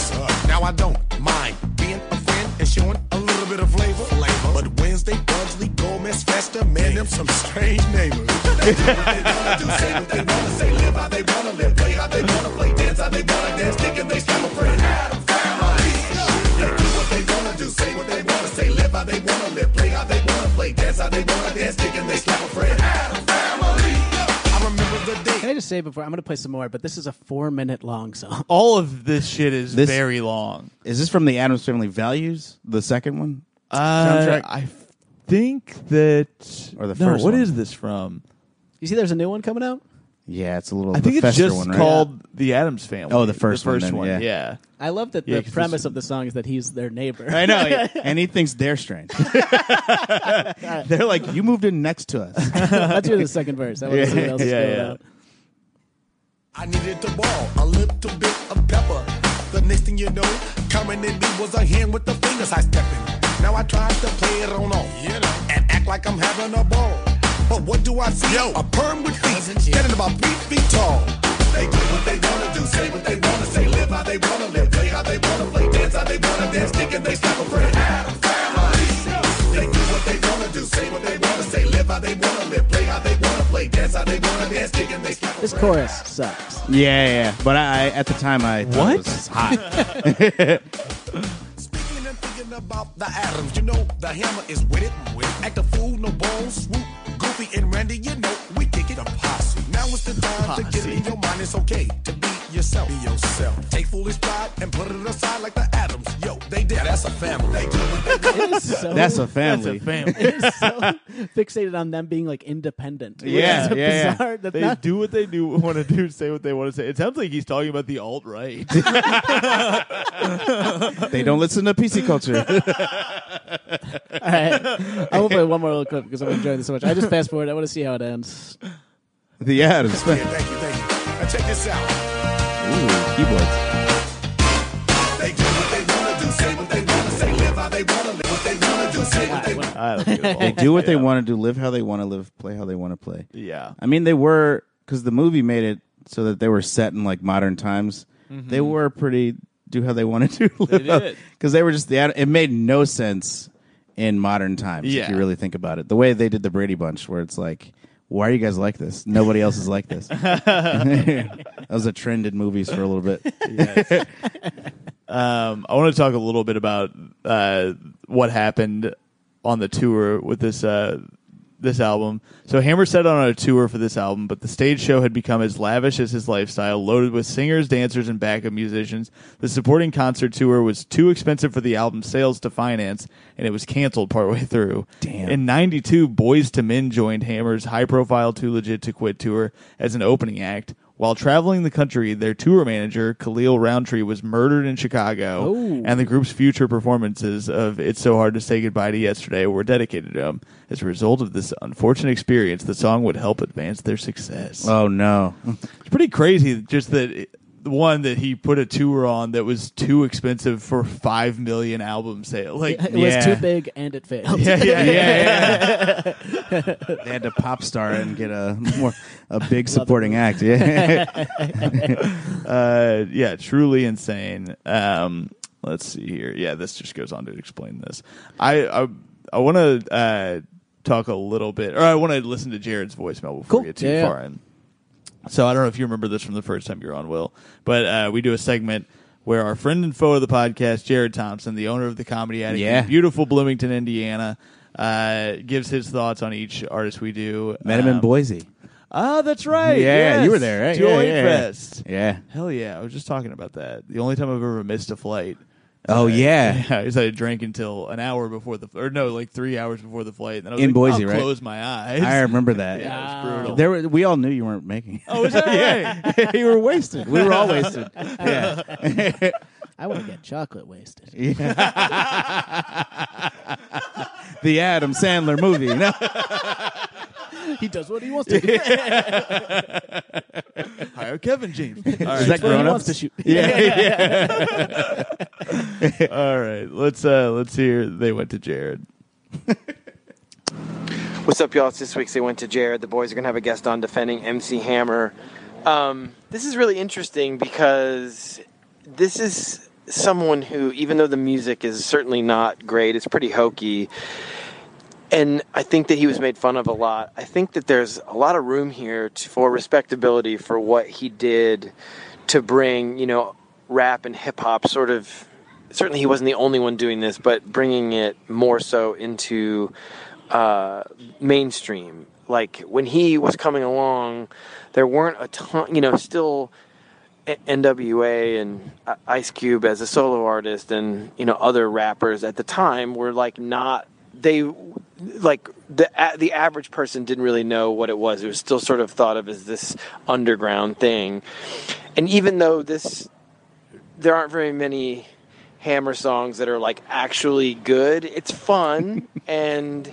H: Now I don't mind being a friend and showing a little bit of flavor. flavor. But Wednesday, Bugsley, Gomez, Festa, man, them some strange neighbors. they do what they wanna do, say what they wanna say, live how they wanna live, play how they wanna play, dance how they wanna dance, kick and they stop afraid. They do what they wanna do, say what they wanna say, live how they wanna live, play how they wanna play, dance how they wanna dance, kick and they slap a friend. I remember the day
E: Can I just say before I'm going to play some more, but this is a four minute long song.
D: All of this shit is
F: This-
D: very long.
F: Is this from the Adams Family Values, the second one?
D: Uh,
F: Soundtrack?
D: I think that
F: Or the
D: no.
F: first
D: what
F: one.
D: is this from?
E: You see, there's a new one coming out.
F: Yeah, it's a little.
D: I think it's
F: Fester
D: just
F: one, right?
D: called the Adams Family.
F: Oh, the first
D: the
F: one
D: first
F: then,
D: one.
F: yeah.
D: yeah.
E: I love that
D: Yeah,
E: the
D: 'cause this-
E: premise of the song is that he's their neighbor.
F: I know, yeah. and he thinks they're strange. they're like, you moved in next to us.
E: Let's hear the second verse. I want to see what else is
D: Yeah,
E: going
D: yeah.
E: on.
H: I needed the ball, a little bit of pepper. The next thing you know, coming in me was a hand with the fingers I stepping. Now I tried to play it on off and act like I'm having a ball. But what do I see? a perm with feet, standing about three feet tall. They do what they wanna do, say what they wanna say, live how they wanna live, play how they wanna play, dance how they wanna dance, kick and they stop afraid. They do what they wanna do, say what they wanna say, live how they wanna live, play how they wanna play, dance how they wanna dance, kick and they stop
E: This chorus sucks.
F: yeah, yeah, yeah. But I, I, at the time, I thought
D: What?
F: it was hot.
H: Speaking and thinking about the atoms, you know the hammer is with it. Act a fool, no balls, swoop. Goofy and Randy, you know we kick it a posse. Now it's the time to get it in your mind. It's okay to be yourself. Be yourself. Take foolish pride and put it aside like the atoms. Yo, they did. That's a family. They do what they
E: It is so,
F: That's a
D: That's
F: family.
D: a family.
E: it is so fixated on them being like independent. which
F: Yeah,
E: is a
F: yeah, yeah.
E: bizarre. That's
D: They
E: not
D: do what they do want to do, say what they want to say. It sounds like he's talking about the alt right.
F: they don't listen to PC culture.
E: All right. I will play one more little clip because I'm enjoying this so much. I just fast forward. I want to see how it ends.
F: the Adams
H: did.
F: Family.
H: Thank you, thank you. Now check this out.
F: Ooh, keyboards.
H: They do what they wanna do, say what they wanna say, live how they wanna live, what they wanna do, say what they wanna
F: They do what they want to do, live how they want to live, play how they want to play.
D: Yeah.
F: I mean, they were because the movie made it so that they were set in like modern times. They were pretty do how they wanted to live
D: Mm-hmm. did.
F: because they were just the. It made no sense in modern times if
D: Yeah.
F: you really think about it. The way they did the Brady Bunch, where it's like, why are you guys like this? Nobody else is like this. that was a trend in movies for a little bit.
D: Um, I want to talk a little bit about uh, what happened on the tour with this uh, this album. So Hammer set out on a tour for this album, but the stage show had become as lavish as his lifestyle, loaded with singers, dancers, and backup musicians. The supporting concert tour was too expensive for the album sales to finance, and it was canceled partway through.
F: Damn.
D: In 92, Boys to Men joined Hammer's high profile Too Legit to Quit tour as an opening act. While traveling the country, their tour manager, Khalil Roundtree, was murdered in Chicago, and the group's future performances of It's So Hard to Say Goodbye to Yesterday were dedicated to him. As a result of this unfortunate experience, the song would help advance their success.
F: Oh no!
D: It's pretty crazy just that it- one that he put a tour on that was too expensive for 5 million album sale. Like
E: It
F: Yeah.
E: was too big and it failed.
D: yeah, yeah, yeah.
F: They had to pop star and get a more a big supporting act. Yeah.
D: uh, yeah, truly insane. Um, let's see here. Yeah, this just goes on to explain this. I I, I want to uh, talk a little bit, or I want to listen to Jared's voicemail before
E: Cool.
D: we get too
E: Yeah, yeah.
D: far in. So I don't know if you remember this from the first time you were on, Will, but uh, we do a segment where our friend and foe of the podcast, Jared Thompson, the owner of the Comedy Attic,
F: Yeah.
D: in beautiful Bloomington, Indiana, uh, gives his thoughts on each artist we do.
F: Met him in
D: Um,
F: Boise.
D: Ah, that's right.
F: yeah, you were
D: yes.
F: there, right?
D: Joy
F: yeah, yeah,
D: Fest.
F: Yeah. yeah.
D: Hell yeah! I was just talking about that. The only time I've ever missed a flight.
F: Oh
D: Uh,
F: yeah.
D: yeah. Is I drank until an hour before the or no, like three hours before the flight. And then I was
F: In
D: like,
F: Boise,
D: I'll
F: right?
D: Close my eyes.
F: I remember that.
D: yeah, it was brutal.
F: There were, we all knew you weren't making.
D: oh, is that right?
F: it. you were wasted. We were all wasted. Yeah.
E: I want to get chocolate wasted.
F: The Adam Sandler movie. No.
E: He does what he wants to. do.
D: Hire Kevin James. All right.
F: Is
E: What
F: that
E: he
F: grown up?
E: wants to shoot.
F: Yeah.
D: All right, let's uh let's hear. They went to Jared.
H: What's up, y'all? It's this week's They Went to Jared. The boys are going to have a guest on defending MC Hammer. Um, this is really interesting because this is someone who, even though the music is certainly not great, it's pretty hokey, and I think that he was made fun of a lot. I think that there's a lot of room here to, for respectability for what he did to bring, you know, rap and hip hop sort of. Certainly, he wasn't the only one doing this, but bringing it more so into uh, mainstream. Like when he was coming along, there weren't a ton, you know, still a- NWA and I- Ice Cube as a solo artist and you know other rappers at the time were like not they like the a- the average person didn't really know what it was. It was still sort of thought of as this underground thing. And even though this there aren't very many hammer songs that are like actually good, it's fun and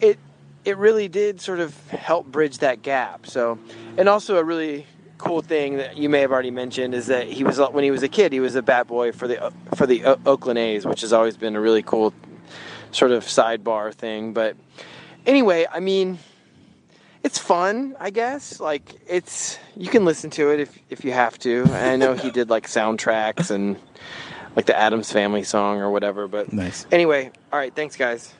H: it it really did sort of help bridge that gap. So, and also a really cool thing that you may have already mentioned is that he was when he was a kid, he was a bat boy for the for the O- Oakland A's, which has always been a really cool sort of sidebar thing. But anyway, I mean, it's fun, I guess. Like it's you can listen to it if if you have to. And I know he did like soundtracks and like the Adams Family song or whatever. But
F: Nice.
H: anyway, all right, thanks guys.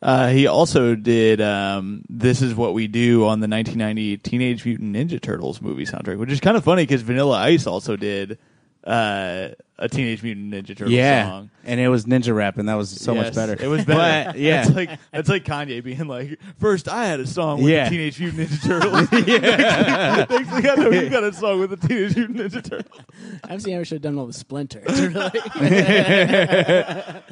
D: Uh, he also did um, "This Is What We Do" on the 1990 Teenage Mutant Ninja Turtles movie soundtrack, which is kind of funny because Vanilla Ice also did uh, a Teenage Mutant Ninja Turtles
F: Yeah.
D: song.
F: And it was ninja rap, and that was so much
D: Yes,
F: better.
D: It was better.
F: But, yeah.
D: that's like that's like Kanye being like, first I had a song with
F: Yeah.
D: the Teenage Mutant Ninja Turtles. yeah. Next thing I know, you got a song with the Teenage Mutant Ninja Turtles.
E: MC Hammer should have done one with Splinter. to really-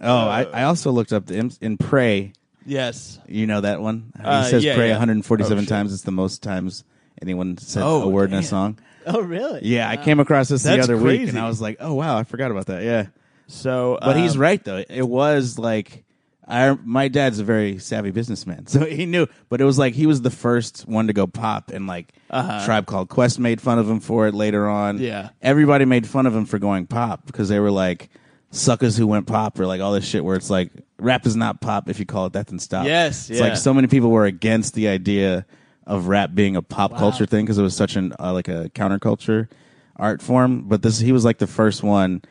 F: oh,
D: uh,
F: I, I also looked up the in, in Prey.
D: Yes.
F: You know that one? He
D: Uh,
F: says
D: yeah,
F: Prey
D: yeah.
F: 147
D: Oh, shit.
F: times. It's the most times anyone said
D: Oh,
F: a word in
D: damn.
F: a song.
E: oh, really?
F: Yeah, I came across this the
D: That's
F: other week,
D: crazy.
F: and I was like, "Oh wow, I forgot about that." Yeah,
D: So,
F: but he's
D: um,
F: right though. It was like, I my dad's a very savvy businessman, so he knew. But it was like he was the first one to go pop, and like Tribe Called Quest made fun of him for it later on.
D: Uh-huh. Yeah.
F: everybody made fun of him for going pop because they were like suckers who went pop or like all this shit where it's like rap is not pop if you call it that then stop.
D: Yes,
F: it's
D: yeah.
F: like so many people were against the idea of rap being a pop
E: Wow.
F: culture thing because it was such an uh, like a counterculture art form. But this he was like the first one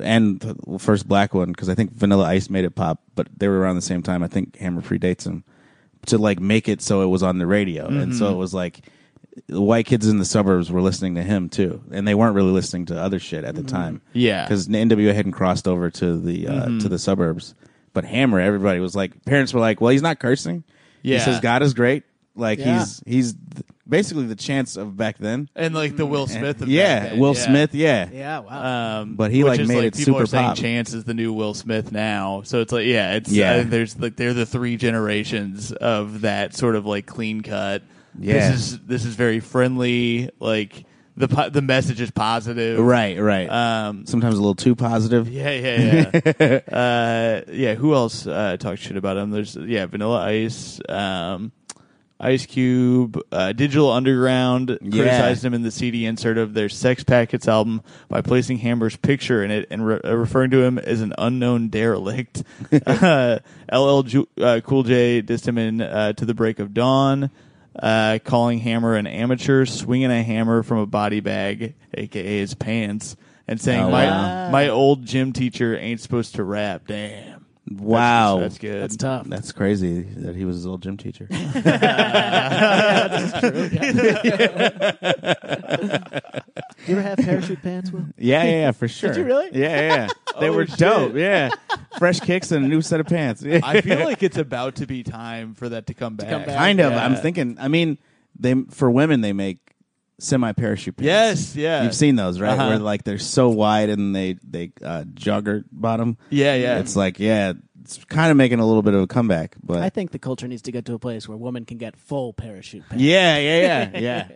F: and the first black one because I think Vanilla Ice made it pop, but they were around the same time. I think Hammer predates him to like make it so it was on the radio,
D: Mm-hmm.
F: and so it was like the white kids in the suburbs were listening to him too, and they weren't really listening to other shit at the time.
D: Mm-hmm. Yeah.
F: because NWA hadn't crossed over to the uh,
D: Mm-hmm.
F: to the suburbs. But Hammer, everybody was like, parents were like, "Well, he's not cursing.
D: Yeah.
F: he says God is great. Like
E: Yeah.
F: he's he's th- basically the chance of back then.
D: and like the Will Smith. Of
F: yeah,
D: back then,
F: Will Smith. Yeah,
E: Yeah, wow.
F: Uh,
D: Um,
F: But he,
D: which
F: like,
D: is,
F: made it
D: people are
F: super
D: saying
F: pop.
D: Chance is the new Will Smith now, so it's like yeah, it's
F: Yeah.
D: yeah. there's like they're the three generations of that sort of like clean cut.
F: Yeah.
D: this is this is very friendly. Like the po- the message is positive.
F: right, right.
D: Um.
F: Sometimes a little too positive.
D: Yeah. Yeah. Yeah. uh, yeah. Who else uh, talked shit about him? There's yeah, Vanilla Ice. Um, Ice Cube, uh, Digital Underground criticized him in the CD insert of their Sex Packets album by placing Hammer's picture in it and re- uh, referring to him as an unknown derelict. uh, LL Ju- uh, Cool J dissed him in uh, To the Break of Dawn, uh, calling Hammer an amateur, swinging a hammer from a body bag, aka his pants, and saying,
F: Oh,
D: my,
F: wow.
D: my old gym teacher ain't supposed to rap. Damn.
F: Wow,
D: That's good.
E: That's tough.
F: That's crazy that he was his old gym teacher.
E: true. Yeah. you ever have parachute pants? Will?
F: Yeah, yeah, yeah, for sure.
E: you really?
F: Yeah, yeah. yeah. They were dope. Yeah, fresh kicks and a new set of pants. Yeah.
D: I feel like it's about to be time for that to come back.
E: come back.
F: kind of.
D: Yeah.
F: I'm thinking. I mean, they for women they make semi parachute pants.
D: Yes, yeah.
F: You've seen those, right?
D: Uh-huh.
F: Where like they're so wide and they they uh, jogger bottom.
D: Yeah, yeah.
F: It's like yeah, it's kind of making a little bit of a comeback, but
E: I think the culture needs to get to a place where women can get full parachute pants.
F: yeah, yeah, yeah, yeah,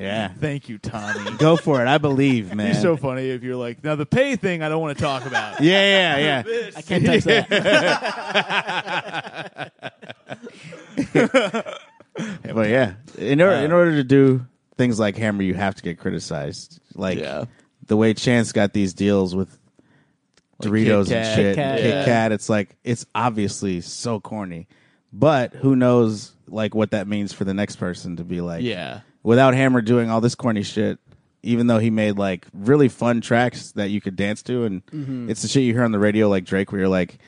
F: yeah.
D: Thank you, Tommy.
F: Go for it. I believe, man.
D: You're so funny if you're like, now the pay thing I don't want to talk about.
F: yeah, yeah, yeah.
E: I can't touch that.
F: But yeah, in order
D: Uh,
F: in order to do things like Hammer, you have to get criticized. Like
D: Yeah.
F: the way Chance got these deals with Doritos
D: Kit
F: and
D: Kat.
E: Kit
F: shit,
E: Kat,
F: Kit
E: yeah.
F: Kat. It's like it's obviously so corny, but who knows like what that means for the next person to be like,
D: Yeah.
F: Without Hammer doing all this corny shit, even though he made like really fun tracks that you could dance to, and
D: Mm-hmm.
F: it's the shit you hear on the radio like Drake, where you're like.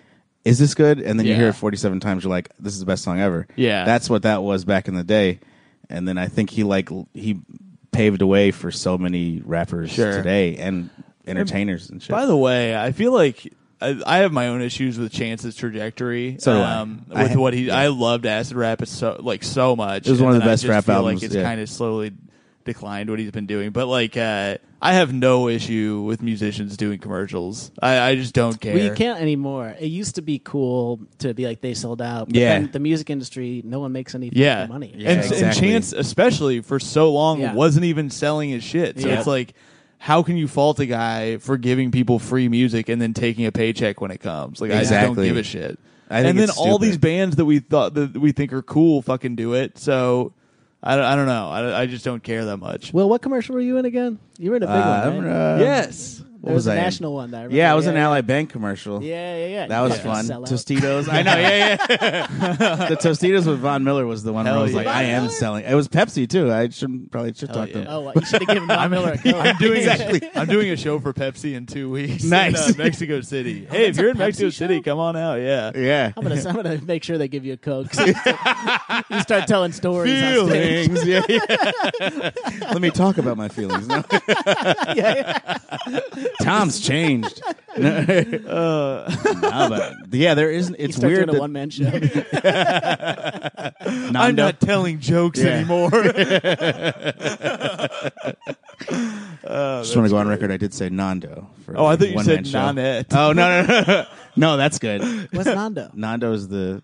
F: Is this good? And then you
D: Yeah.
F: hear it 47 times. You're like, this is the best song ever.
D: Yeah.
F: That's what that was back in the day. And then I think he like l- he paved the way for so many rappers
D: Sure.
F: today and entertainers and shit.
D: By the way, I feel like I, I have my own issues with Chance's trajectory. um,
F: So do I. I
D: with
F: ha-
D: what he, I loved acid rap is so like so much.
F: It was one of
D: and
F: the
D: then I
F: best
D: just
F: rap
D: feel
F: albums,
D: Like it's
F: yeah.
D: kind of slowly declined what he's been doing, but like uh, I have no issue with musicians doing commercials. I, I just don't care.
E: Well, you can't anymore. It used to be cool to be like they sold out. But
F: Yeah.
E: then the music industry, no one makes any fucking
D: yeah.
E: money.
D: And, and
F: exactly.
D: Chance, especially for so long,
E: Yeah.
D: wasn't even selling his shit. So
E: Yeah.
D: it's like, how can you fault a guy for giving people free music and then taking a paycheck when it comes? Like, I just don't
F: Exactly.
D: give a shit.
F: I think
D: and then
F: it's
D: all
F: stupid.
D: these bands that we thought that we think are cool fucking do it. So I don't, I don't know. I, I just don't care that much.
E: Well, what commercial were you in again? You were in a big
F: Uh,
E: one. Right?
F: uh,
D: yes.
F: what
E: there was
F: was
E: a
F: I in?
E: national one that I remember.
F: Yeah, I was in an
E: yeah,
F: Ally Bank commercial.
E: yeah, yeah, yeah.
F: That
E: You
F: was
E: fucking
F: fun.
E: sell out.
F: Tostitos. I know. Yeah, yeah. the Tostitos with Von Miller was the one where
D: Hell
F: I was
D: yeah.
F: like,
D: Von
F: I am
E: Miller?
F: selling. It was Pepsi too. I should probably should talk to
D: yeah.
F: them.
E: Oh, well, you should have given Bob Miller a go.
D: I'm doing I'm doing a show for Pepsi in two weeks.
F: Nice.
D: in, uh, Mexico City. Hey, if
E: Oh, that's a
D: you're in
E: Pepsi
D: Mexico City,
E: show?
D: come on out. Yeah,
F: Yeah.
E: Oh. I'm gonna, I'm gonna make sure they give you a coke. you start telling stories. On stage.
F: Feelings. Yeah, yeah. Let me talk about my feelings. No. Tom's changed. No.
D: Uh.
F: Nah, but yeah, there isn't.
E: You
F: It's
E: start
F: weird.
E: doing
F: that
E: a one man show.
F: Nando-
D: I'm not telling jokes
F: Yeah.
D: anymore.
F: just want to go on record. I did say Nando. For
D: Oh, I thought you
F: one-man
D: said
F: show.
D: Nanette.
F: Oh no, no, no, no. That's good.
E: What's Nando?
F: Nando is the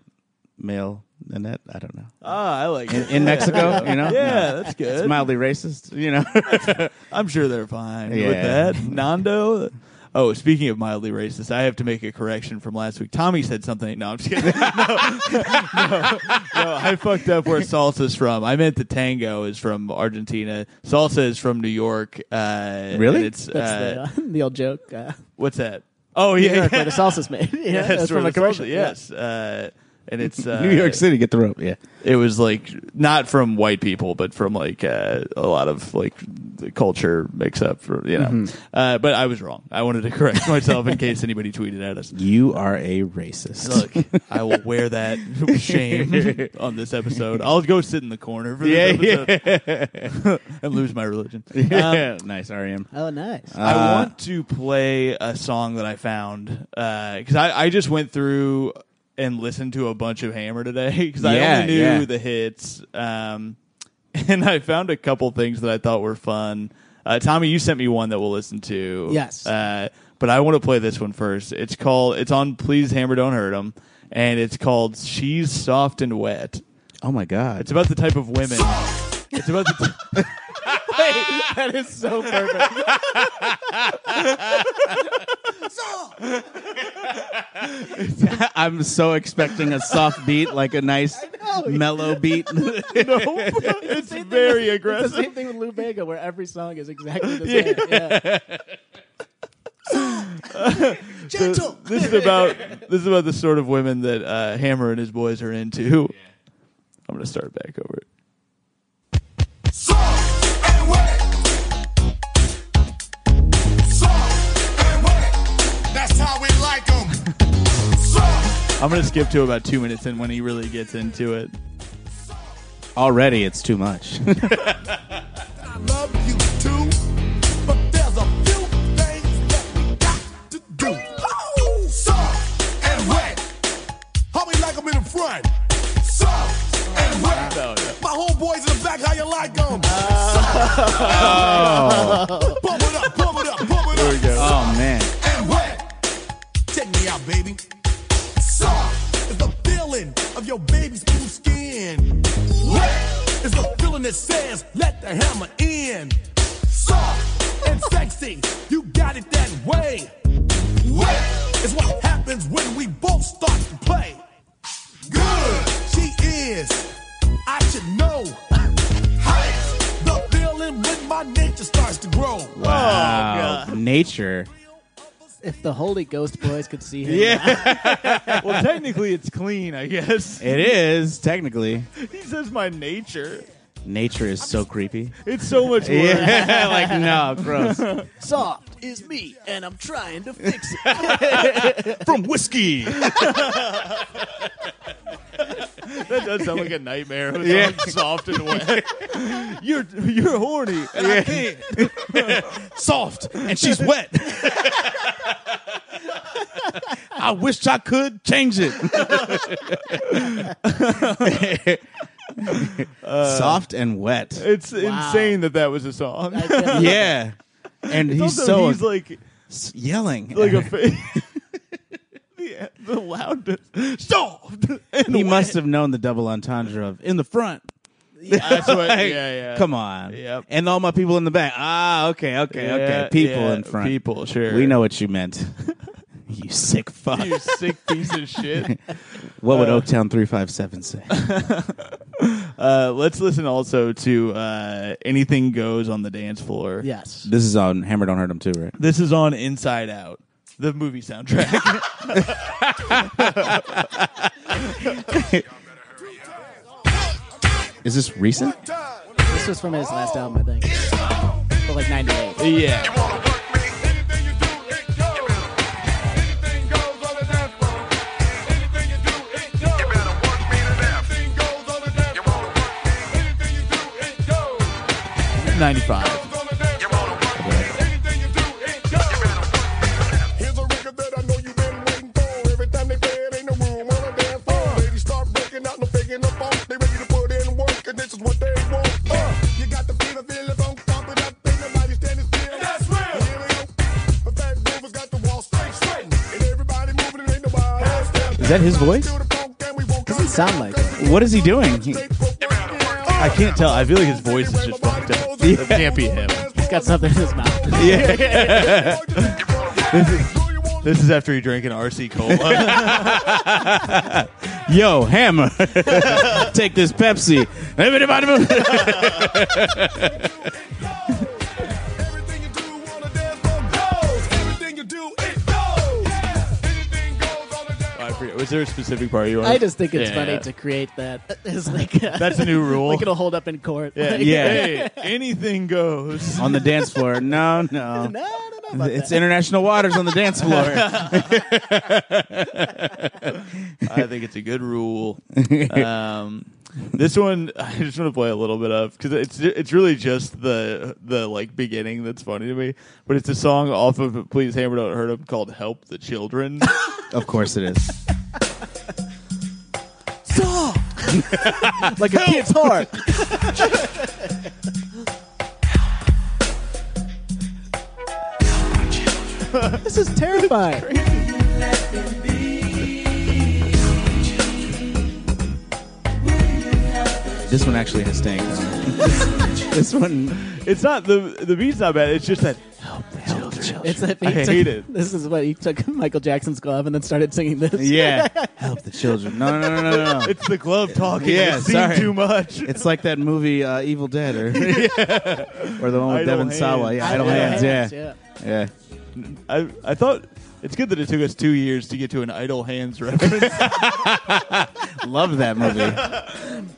F: male Nanette. I don't know.
D: Ah, I like it.
F: In Mexico, you know.
D: Yeah,
F: No.
D: that's
F: It's
D: good.
F: mildly racist, you know.
D: I'm sure they're fine with
F: Yeah.
D: that. Nando. Oh, speaking of mildly racist, I have to make a correction from last week. Tommy said something. No, I'm just kidding. No, no, no, I fucked up where salsa's from. I meant the tango is from Argentina. Salsa is from New York. Uh,
F: Really?
D: and It's, uh,
E: That's the, the old joke. Uh,
D: what's that? Oh, yeah.
E: New York,
D: yeah.
E: where the salsa's made. yeah,
D: Yeah,
E: that's
D: it's
E: from
D: the
E: a commercial.
D: salsa,
E: Yeah.
D: Yes. Uh, and it's uh,
F: New York City, get the rope. Yeah.
D: it was like not from white people, but from like uh, a lot of like the culture mix up, for, you know. Uh, but I was wrong. I wanted to correct myself in case anybody tweeted at us.
F: You are a racist.
D: Look, I will wear that shame on this episode. I'll go sit in the corner for this
F: Yeah,
D: episode and lose my religion. um,
F: yeah. nice, E REM.
E: Oh, nice.
F: Uh,
D: I want to play a song that I found because I, I just went through and listened to a bunch of Hammer today because I
F: Yeah,
D: only knew
F: yeah.
D: the hits, um, and I found a couple things that I thought were fun. Uh, Tommy, you sent me one that we'll listen to.
E: Yes.
D: uh, but I want to play this one first. It's called. It's on. Please, Hammer, don't hurt him. And it's called "She's Soft and Wet."
F: Oh my God.
D: It's about the type of women. It's about the. T- that is so perfect.
F: I'm so expecting a soft beat, like a nice mellow beat.
D: It's very
E: It's the
D: aggressive.
E: same thing with Lou Bega, where every song is exactly the same. Yeah. Gentle.
D: This is about this is about the sort of women that uh, Hammer and his boys are into. I'm gonna start back over. it.
H: Soft and wet. Soft and wet. That's how we like them. Soft.
D: I'm gonna skip to about two minutes in when he really gets into it.
F: Already, it's too much.
H: I love you too, but there's a few things that we got to do. Oh, soft and wet. How we like 'em in the front? Soft and wet. My homeboys in the back, how you like 'em? Soft and wet. Pump it up, pump it up, pump it up.
F: oh man,
H: and wet. Take me out, baby. Soft is the feeling of your baby's blue skin. Wet is the feeling that says, let the hammer in. Soft and sexy, you got it that way. Wet is what happens when we both start to play. Good, she is. I should know. Hot, the feeling when my nature starts to grow.
F: wow, Uh, nature.
E: If the Holy Ghost boys could see him,
D: well, technically, it's clean, I guess.
F: It is technically
D: He says my nature.
F: nature is so creepy.
D: It's so much worse.
F: Yeah, like no, gross.
E: soft is me, and I'm trying to fix it.
F: From whiskey.
D: That does sound like a nightmare. With
F: Yeah.
D: someone soft and wet. you're you're horny. And I can't.
F: soft and she's wet. I wish I could change it. soft and wet.
D: It's insane that that was a song.
F: Yeah. And he's
D: also,
F: so
D: he's like
F: s- yelling.
D: like a fa- the, the loudest soft. And
F: he
D: wet.
F: must have known the double entendre of in the front.
D: That's what.
F: Like,
D: yeah, yeah.
F: Come on.
D: Yep.
F: And all my people in the back. Ah, okay, okay,
D: Yeah,
F: okay. People
D: yeah,
F: in front.
D: People, sure.
F: We know what you meant. you sick fuck.
D: You sick piece of shit.
F: What would Oaktown 357 say?
D: Uh, let's listen also to uh, "Anything Goes" on the dance floor.
E: yes.
F: this is on Hammer Don't Hurt Him too, right?
D: This is on Inside Out, the movie soundtrack.
F: Is this recent?
E: This was from his last album, I think. Well, like 98.
D: yeah. Ninety-five.
H: Here's a record that I know you've been waiting for. Every time they play it, ain't no room on the dance floor. Ladies start breaking out, no faking the funk. They ready to put in work, and this is what they want. Uh, you got the feel, the feel, the funk, pump it up, ain't nobody standing still. that's real. Here we go. The fat movers got the wall straight, straight. And everybody moving, and ain't nobody.
F: Is that his voice?
E: Does it sound like it?
F: What is he doing? He-
H: Uh.
D: I can't tell. I feel like his voice is just fucked up. It can't be him.
E: He's got something in his mouth.
D: This is after he drank an RC cola.
F: Yo, Hammer, take this Pepsi. Everybody move.
H: Everything you do on the dance floor goes. Everything you do, it goes. Anything goes on the dance floor.
D: I forget. Was there a specific part you wanted?
E: I just think it's
D: Yeah,
E: funny
D: yeah.
E: to create that. It's like
D: That's a new rule.
E: Like it'll hold up in court.
D: Yeah,
E: Like,
F: yeah.
D: Hey, anything goes.
F: on the dance floor. No, no.
E: No, I don't know about
F: It's
E: that.
F: international waters on the dance floor.
D: I think it's a good rule. Um, this one I just want to play a little bit of because it's it's really just the the like beginning that's funny to me. But it's a song off of Please Hammer Don't Hurt 'Em called "Help the Children."
F: of course it is.
E: like a kid's heart. this is terrifying.
F: This one actually has stank. this one.
D: it's not the the beat's not bad. It's just that help the children.
E: It's that
D: I
E: he took-
D: hate it.
E: This is what he took Michael Jackson's glove and then started singing this.
F: Yeah. Help the children. No, no, no, no, no, no. It's,
D: It's the glove talking.
F: Yeah,
D: it's seen
F: sorry.
D: too much.
F: like that movie uh, Evil Dead or, or the one with
D: Idle
F: Devin Sawa.
D: Hands.
F: Yeah, Idle Hands. Yeah. Yeah.
D: I I thought it's good that it took us two years to get to an idle hands reference.
F: Love that movie.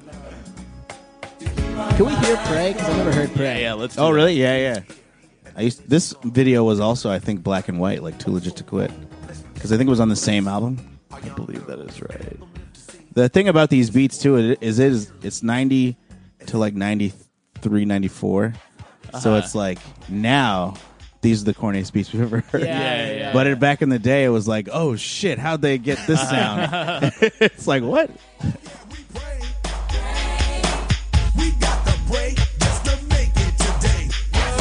E: Can we hear "Pray"? Because I've never heard "Pray."
D: let's.
F: Oh, really? Yeah, yeah. I used this video was also I think black and white, like Too Legit to Quit, because I think it was on the same album.
D: I believe that is right.
F: The thing about these beats too is it is it's ninety to like 93, 94. So it's like now these are the corniest beats we've ever heard.
E: Yeah, yeah, yeah.
F: But it, back in the day, it was like, oh shit, how'd they get this sound? it's like, what?
H: We pray. We got the break just to make it today. All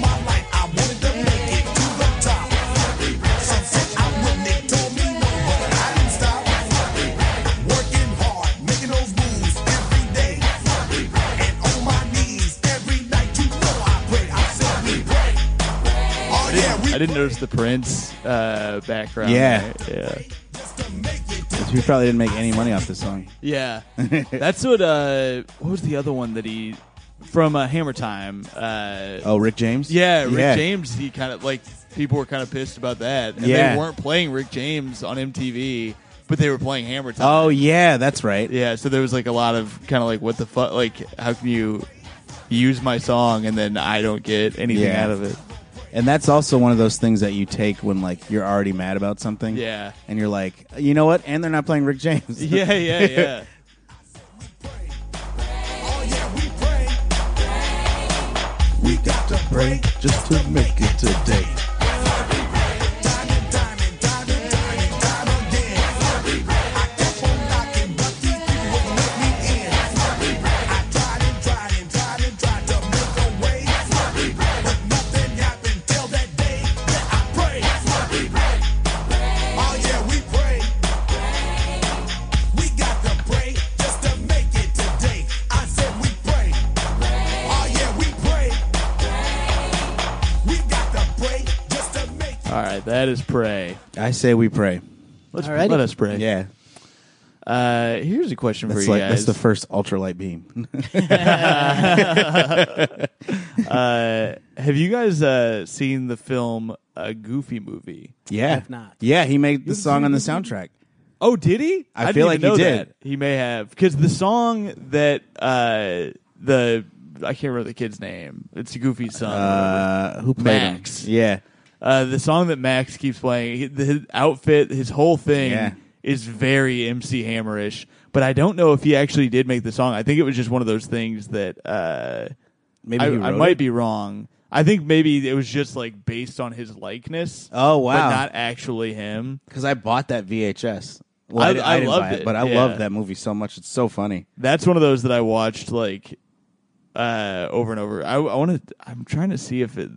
H: my life I wanted to make it to the top. Some said I wouldn't, they told me no, but I didn't stop. Working hard, making those moves every day. And on my knees every night, you know I pray. I said we pray. Oh yeah, we
D: I didn't notice the Prince uh, background.
F: Yeah.
D: there.
H: just to make it
F: We probably didn't make any money off this song.
D: yeah, yeah. That's what. Uh, what was the other one that he from uh, Hammer Time? Uh,
F: Oh, Rick James?
D: Yeah, Rick James. He kind of like people were kind of pissed about that, and
F: Yeah.
D: they weren't playing Rick James on MTV, but they were playing Hammer Time.
F: Oh, yeah, that's right.
D: yeah. So there was like a lot of kind of like what the fuck? Like how can you use my song and then I don't get anything
F: Yeah.
D: out of it?
F: And that's also one of those things that you take when like you're already mad about something.
D: Yeah.
F: And you're like, you know what? And they're not playing Rick James.
D: Yeah, yeah, yeah.
H: Oh yeah, we pray. We got to pray just to make it today. Diamond, diamond, diamond, diamond, diamond again. I kept on knocking, but these people wouldn't let me in. I tried and tried and tried and tried to make a way, but nothing happened till that day that I prayed. Oh yeah, we pray. We got to pray just to make it today. I said we pray. Oh yeah, we pray. We got to pray just to make it.
D: All right, that is pray.
F: I say we pray.
D: Let's
E: Alrighty.
D: let us pray.
F: Yeah.
D: Uh, here's a question for
F: That's
D: you
F: like
D: guys.
F: that's the first ultralight beam.
D: Have you guys uh, seen the film A Goofy Movie?
F: yeah.
E: have not.
F: Yeah, he made the song on the soundtrack.
D: Oh, did he?
F: I
D: didn't
F: feel
D: even
F: like he
D: know
F: did.
D: That. He may have because the song that uh, the I can't remember the kid's name. It's Goofy's son. or whatever.
F: Uh, who played him?
D: Max.
F: Yeah.
D: Uh, the song that Max keeps playing, he- the- his outfit, his whole thing
F: Yeah.
D: is very MC Hammerish. But I don't know if he actually did make the song. I think it was just one of those things that uh,
F: Maybe
D: I,
F: he
D: I
F: wrote
D: might
F: it?
D: be wrong. I think maybe it was just like based on his likeness.
F: Oh, wow.
D: But not actually him.
F: because I bought that VHS. Well,
D: I-
F: di-
D: I
F: didn't
D: loved
F: buy
D: it.
F: but I
D: Yeah.
F: loved that movie so much. It's so funny.
D: That's one of those that I watched like uh over and over. I, I want to. I'm trying to see if it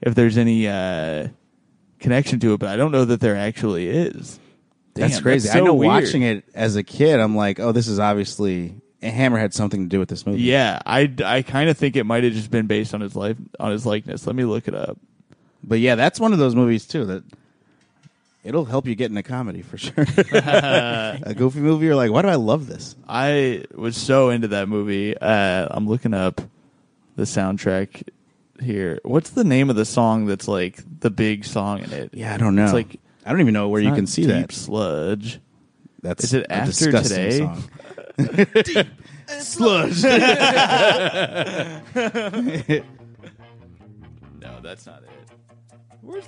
D: if there's any uh connection to it, but I don't know that there actually is. Damn,
F: that's crazy.
D: so
F: I know
D: weird.
F: watching it as a kid, I'm like, oh, this is obviously Hammer had something to do with this movie.
D: Yeah, I, I kind of think it might have just been based on his life on his likeness. Let me look it up.
F: But yeah, that's one of those movies too that it'll help you get into comedy for sure. a goofy movie, you're like, why do I love this?
D: I was so into that movie. Uh, I'm looking up the soundtrack here. What's the name of the song that's like the big song in it?
F: Yeah, I don't know.
D: It's like
F: I don't even know where you can see
D: deep
F: that.
D: sludge.
F: That's
D: Is it
F: a
D: after
F: disgusting
D: today?
F: Song.
D: No, that's not it.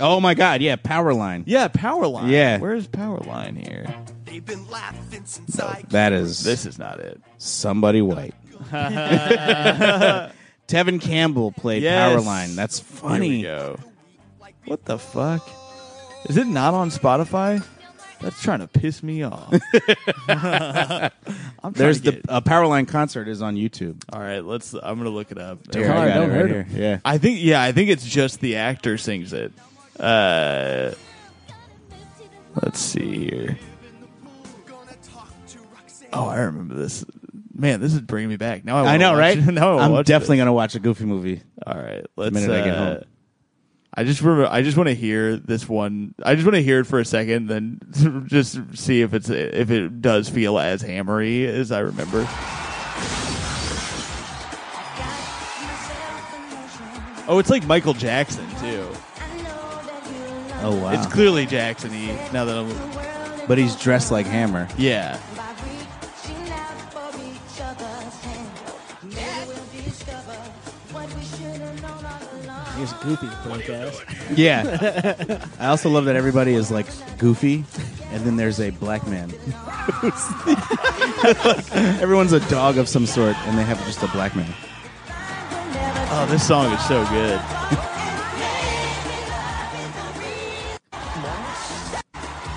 F: Oh my god, yeah, Powerline.
D: Yeah, Powerline.
F: Yeah.
D: Where's Powerline here?
H: They've been laughing since I
F: That is
D: This is not it.
F: somebody white. Tevin Campbell played
D: Yes.
F: Powerline. That's
D: Here
F: funny.
D: we go. What the fuck? Is it not on Spotify? That's trying to piss me off. I'm
F: There's
D: trying to
F: the
D: get- Oh,
F: a Powerline concert is on YouTube.
D: All right, let's. I'm gonna look it up.
F: Here, I got
E: don't
F: it right
E: hurt
F: here.
E: him.
F: Yeah.
D: I think. Yeah, I think it's just the actor sings it. Uh, let's see here. Oh, I remember this. Man, this is bringing me back. Now I.
F: I
D: wanna
F: know,
D: watch
F: right?
D: it. Now I wanna
F: I'm
D: watch
F: definitely
D: this.
F: gonna watch a goofy movie.
D: All right, let's.
F: minute I get
D: uh,
F: home.
D: I just remember. I just want to hear this one. I just want to hear it for a second, then just see if it's if it does feel as hammery as I remember. Oh, it's like Michael Jackson too.
F: Oh wow.
D: It's clearly Jackson-y. Now that I'm,
F: but he's dressed like Hammer.
D: yeah.
E: Here's Goopy podcast.
F: Yeah. I also love that everybody is like goofy and then there's a black man. Everyone's a dog of some sort, and they have just a black man.
D: Oh, this song is so good.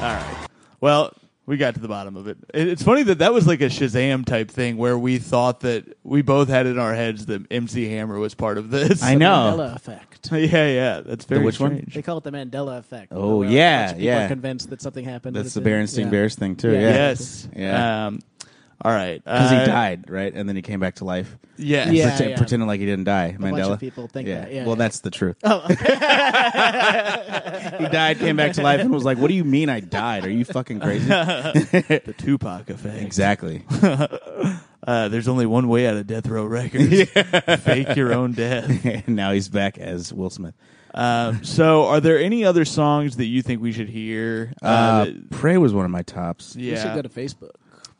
D: All right. Well, we got to the bottom of it. It- It's funny that that was like a Shazam type thing where we thought that we both had in our heads that MC Hammer was part of this.
F: I know.
E: Mandela effect.
D: yeah, yeah. That's very
F: which one?
D: strange.
E: They call it the Mandela effect.
F: Oh,
E: where a
F: yeah,
E: bunch of people
F: yeah.
E: Are convinced that something happened.
F: That's the
E: and it didn't.
F: Berenstain
E: Yeah.
F: Bears thing too.
E: Yeah.
F: Yeah,
D: Yes.
F: Yeah.
D: Um, all right.
F: because
D: Uh,
F: he died, right? And then he came back to life.
D: Yes.
E: Yeah.
F: Pretend- pretending like he didn't die. Mandela.
E: bunch of people think that, yeah, Oh.
F: well,
E: yeah.
F: that's the truth. he died, came back to life, and was like, "What do you mean I died? Are you fucking crazy?"
D: The Tupac effect.
F: exactly.
D: Uh, there's only one way out of Death Row Records. Fake your own death.
F: and now he's back as Will Smith.
D: Um, so, are there any other songs that you think we should hear? Uh,
F: Uh,
D: that-
F: Prey was one of my tops.
E: We should
D: yeah,
E: go to Facebook.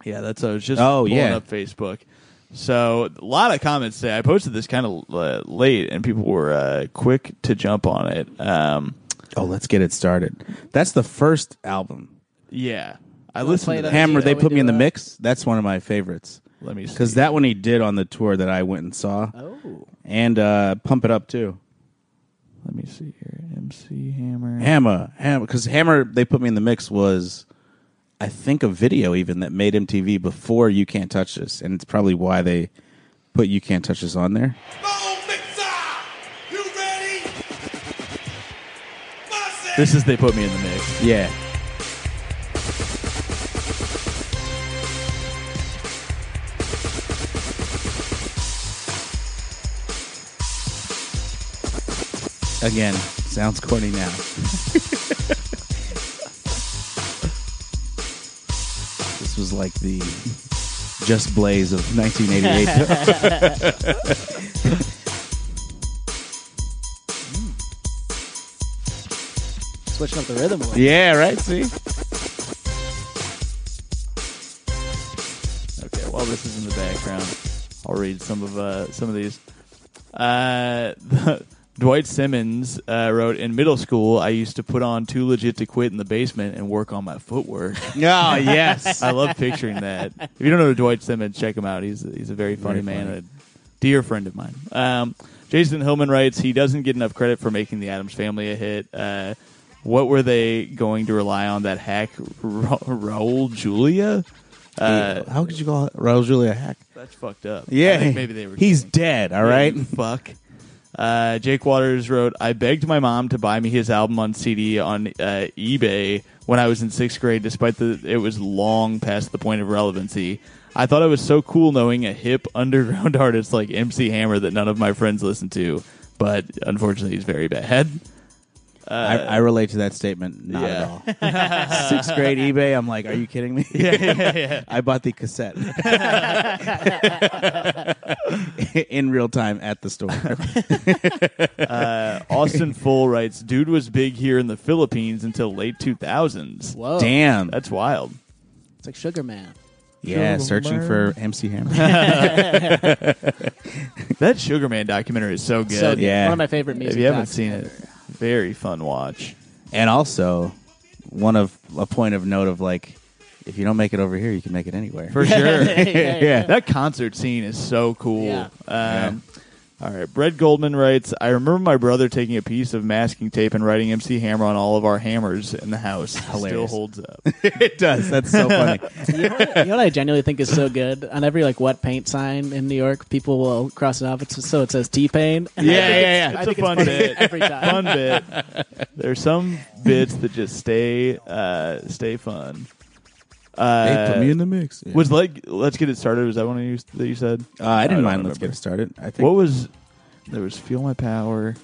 D: yeah. That's I was just
F: Oh,
D: pulling
F: yeah.
D: up Facebook. So, a lot of comments today. I posted this kind of uh, late, and people were uh, quick to jump on it. Um,
F: Oh, let's get it started. That's the first album.
D: yeah, I
E: wanna play
D: listened to
E: it
D: that.
E: on-
F: Hammer.
E: yeah,
F: They
E: we
F: put me
E: do
F: in the
E: that.
F: mix. That's one of my favorites.
D: Let me see.
F: Because that one he did on the tour that I went and saw,
E: Oh,
F: and uh, Pump It Up too.
D: Let me see here. MC Hammer.
F: Hammer, Hammer, because Hammer, they put me in the mix was, I think, a video even that made MTV before You Can't Touch This, and it's probably why they put You Can't Touch This on there.
D: This is they put me in the mix.
F: Yeah, again, sounds corny now. this was like the Just Blaze of 1988.
E: switching up the rhythm a little.
F: yeah, right. See.
D: Okay, while this is in the background, I'll read some of uh, some of these. Uh, Dwight Simmons uh, wrote, "In middle school, I used to put on Too Legit to Quit in the basement and work on my footwork."
F: Oh yes.
D: I love picturing that. If you don't know Dwight Simmons, check him out. He's he's a very funny man,
F: funny.
D: a dear friend of mine. Um, Jason Hillman writes he doesn't get enough credit for making the Adams Family a hit. Uh, what were they going to rely on that hack Ra- Raul Julia? Uh,
F: How could you call Raul Julia a hack?
D: That's fucked up. I
F: Yeah,
D: think maybe they were.
F: He's
D: saying,
F: dead. All right.
D: "Hey, Fuck. Uh, Jake Waters wrote, "I begged my mom to buy me his album on CD on uh, eBay when I was in sixth grade, despite the it was long past the point of relevancy. I thought it was so cool knowing a hip underground artist like MC Hammer that none of my friends listened to, but unfortunately, he's very bad.
F: I,
D: Uh,
F: I relate to that statement. Not at all. Sixth grade eBay. I'm like, are you kidding me? I bought the cassette in real time at the store.
D: Austin Full writes, "Dude was big here in the Philippines until late 2000s.
E: Whoa,
F: Damn.
D: Oh, That's wild."
E: It's like Sugar Man.
F: yeah, searching for MC Hammer.
D: That Sugar Man documentary is so good.
E: So
F: yeah.
E: one of my favorite music.
D: if you haven't
E: docs
D: seen
E: ever.
D: it, very fun watch.
F: and also, one of a point of note of like, if you don't make it over here, you can make it anywhere.
D: For sure.
E: yeah, yeah.
F: yeah.
D: that concert scene is so cool.
E: Yeah.
D: Um, All right. Brett Goldman writes I remember my brother taking a piece of masking tape and writing MC Hammer on all of our hammers in the house. Still
F: Hilarious.
D: holds up.
F: it does. That's so funny.
E: you, know what, you know what I genuinely think is so good? On every like wet paint sign in New York, people will cross it off. It's, so it says T Pain.
D: Yeah, yeah, yeah.
E: I
D: It's
E: think
D: a
E: it's
D: fun
E: funny
D: bit.
E: every
D: fun
E: time.
D: bit. There's some bits that just stay uh, stay fun. Uh,
F: they put me in the mix. Yeah.
D: Was like let's get it started. Was that one you that you said?
F: Uh, I
D: don't
F: didn't mind. Let's
D: remember.
F: get it started. I think
D: What was there was feel my power.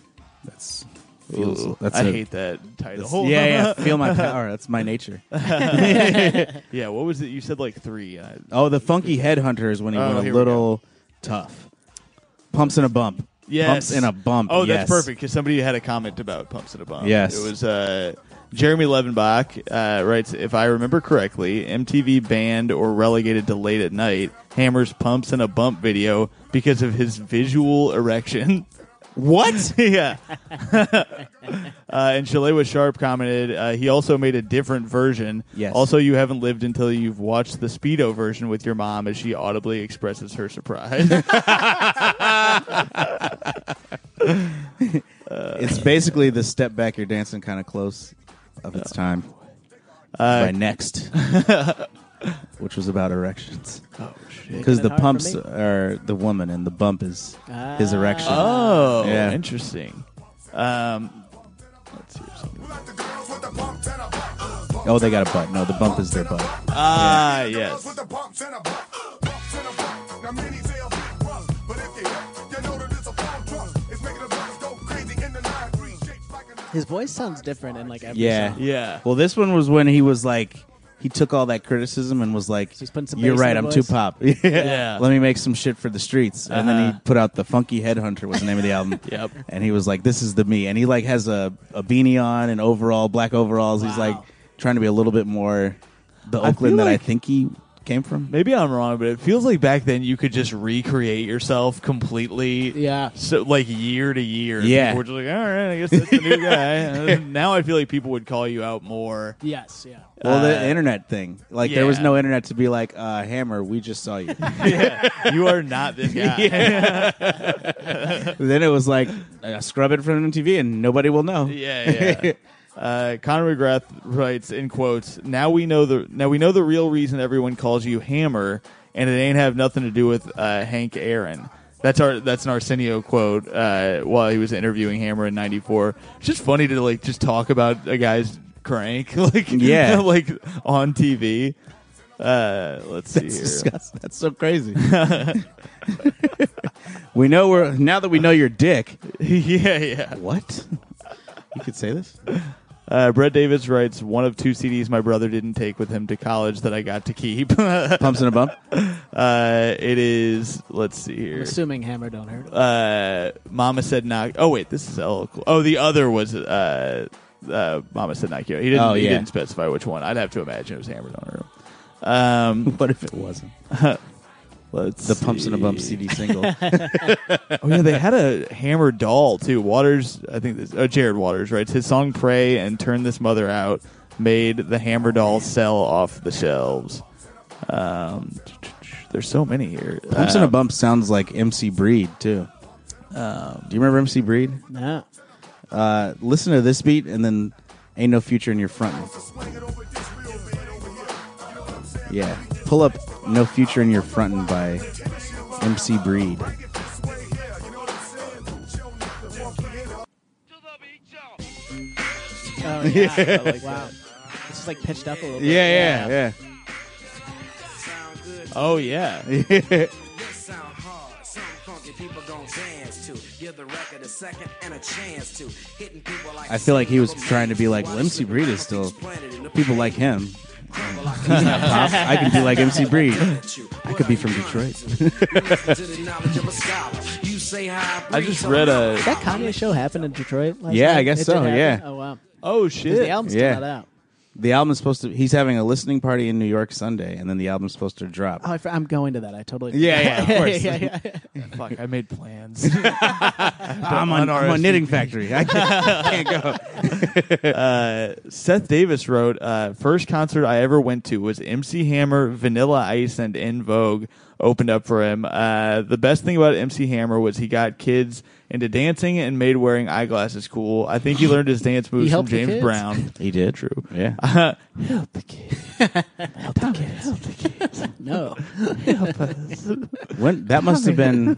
F: that's feels.
D: Ooh,
F: that's
D: I
F: a-
D: hate that title.
F: that's- yeah, yeah. Feel my power. That's my nature.
D: Yeah, what was it? You said like three. I,
F: Oh, the funky headhunter is when he
D: Oh,
F: went
D: here
F: a
D: we
F: little tough. Pumps in a bump. Pumps in a bump.
D: Oh,
F: yes.
D: that's perfect because somebody had a comment about pumps in a bump.
F: Yes.
D: it was uh, Jeremy Levenbach uh, writes. If I remember correctly, MTV banned or relegated to late at night Hammer's pumps in a bump video because of his visual erection.
F: What?
D: yeah. uh, and Shalewa Sharp commented, uh, he also made a different version.
F: Yes.
D: Also, you haven't lived until you've watched the Speedo version with your mom as she audibly expresses her surprise.
F: Uh, It's basically the step back you're dancing kind of close of its time.
D: Uh,
F: by next, which was about erections,
D: oh, shit.
F: because
E: it
F: the
E: hard for
F: pumps
E: me? Ah.
F: are the woman and the bump is his erection.
D: Oh,
F: Yeah.
D: interesting. Um, let's see. if something-
H: Uh,
F: Oh, they got a butt. No, the bump is their butt.
D: Ah, yes.
H: Uh,
E: His voice sounds different in like every
F: Yeah.
E: song.
D: Yeah.
F: Well, this one was when he was like, he took all that criticism and was like,
E: he's putting some
F: "You're
E: bass
F: right,
E: in
F: I'm
E: the
F: too
E: voice.
F: pop. yeah.
D: Yeah.
F: Let me make some shit for the streets." And then he
D: Uh-huh.
F: put out the Funky Headhunter was the name of the album.
D: Yep.
F: And he was like, "This is the me." And he like has a a beanie on and overall black overalls. He's like trying to be a little bit more the
D: I feel
F: Oakland that I
D: like-
F: think he came from.
D: Maybe I'm wrong, but it feels like back then you could just recreate yourself completely.
E: Yeah.
D: So like year to year.
F: Yeah.
D: People were just like, all right, I guess that's the new guy. Uh, now I feel like people would call you out more.
E: Yes, yeah.
F: Well,
D: Uh,
F: the internet thing. Like there was
D: yeah.
F: no internet to be like, uh, "Hammer, we just saw you."
D: You are not this guy. yeah.
F: then it was like, uh, "Scrub it from MTV, and nobody will know."
D: Yeah. Uh, Conor McGrath writes in quotes. Now we know the now we know the real reason everyone calls you Hammer, and it ain't have nothing to do with uh, Hank Aaron. That's our that's an Arsenio quote uh, while he was interviewing Hammer in '94. It's just funny to like just talk about a guy's crank, like
F: Yeah.
D: like on TV. Uh, let's see
F: That's
D: here.
F: disgusting. That's so crazy. we know we're now that we know your dick.
D: yeah, yeah.
F: What? You could say this.
D: Uh, Brett Davis writes one of two CDs my brother didn't take with him to college that I got to keep.
F: Pumps and a bump.
D: Uh, it is. Let's see here.
E: Assuming Hammer don't hurt. him.
D: Uh, Mama said knock. Oh wait, this is El. Oh, the other was uh, uh, Mama said knock you. out. He didn't.
F: Oh,
D: He
F: yeah.
D: didn't specify which one. I'd have to imagine it was hammered on her. Um,
F: What if it wasn't
D: let's
F: the Pumps and a Bump
D: see.
F: CD single?
D: Oh yeah, they had a hammer doll too. Waters, I think. This, oh, Jared Waters writes his song "Pray" and "Turn This Mother Out" made the hammer doll sell off the shelves. Um, there's so many here.
F: Pumps and
D: Uh,
F: a bump sounds like MC Breed too. Do you remember MC Breed?
E: No.
F: Uh, listen to this beat and then "Ain't No Future in Your Front." Yeah, pull up "No Future in Your Frontin'" by MC Breed.
E: Oh, yeah. wow. This is like pitched up a little bit.
F: Yeah, yeah,
D: oh yeah.
F: yeah.
I: sound hard, something funky people gon' dance to. Give the record a second and a chance to. Hitting people like
F: I feel like he was trying to be like well, MC Breed is still people like him. Pop, I can be like MC Breed. I could be from Detroit.
D: I just read a.
E: Did that Kanye show happen in Detroit last
F: Yeah, I
E: night?
F: guess
E: It did
F: so,
E: happen?
F: yeah.
E: Oh, wow.
D: Oh
E: 'Cause
D: shit!
E: The album's still
F: Yeah.
E: not out.
F: The album is supposed to. He's having a listening party in New York Sunday, and then the album's supposed to drop.
E: Oh, I, fr- I'm going to that. I totally.
F: Yeah, yeah, of course.
E: yeah, yeah, yeah.
D: Fuck, I made plans.
F: I'm on, I'm on Knitting Factory. I can't, can't go.
D: Seth Davis wrote, uh, first concert I ever went to was MC Hammer, Vanilla Ice, and In Vogue opened up for him. Uh, the best thing about MC Hammer was he got kids into dancing and made wearing eyeglasses cool. I think he learned his dance moves from
E: helped the
D: James
E: kids.
D: Brown.
F: He did.
D: True.
F: Yeah.
D: Help the kids.
E: No.
F: When that must have been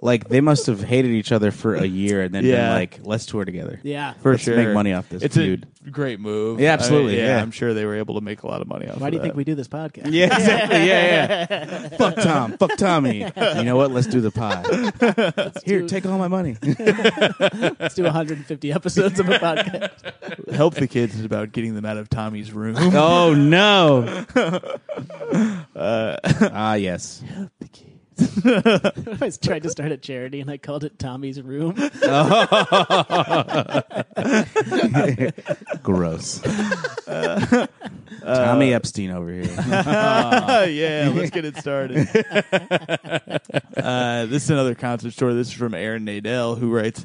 F: like they must have hated each other for a year, and then been
D: Yeah.
F: like, let's tour together.
E: Yeah.
D: For
F: Let's
D: sure.
F: make money off this
D: It's
F: feud.
D: a great move.
F: Yeah, absolutely,
D: I mean,
F: yeah.
D: I'm sure they were able to make a lot of money off
E: Why
D: of
E: do you
D: that.
E: think we do this podcast?
F: Yeah, exactly. Yeah, yeah. Fuck Tom. Fuck Tommy. You know what? Let's do the pie. Here,
E: do-
F: take all my money.
E: Let's do 150 episodes of a podcast.
D: Help the kids is about getting them out of Tommy's room.
F: oh no. Ah yes.
E: I tried to start a charity and I called it Tommy's Room.
F: Gross. Tommy Epstein over here.
D: yeah, let's get it started. uh, this is another concert story. This is from Aaron Nadell, who writes.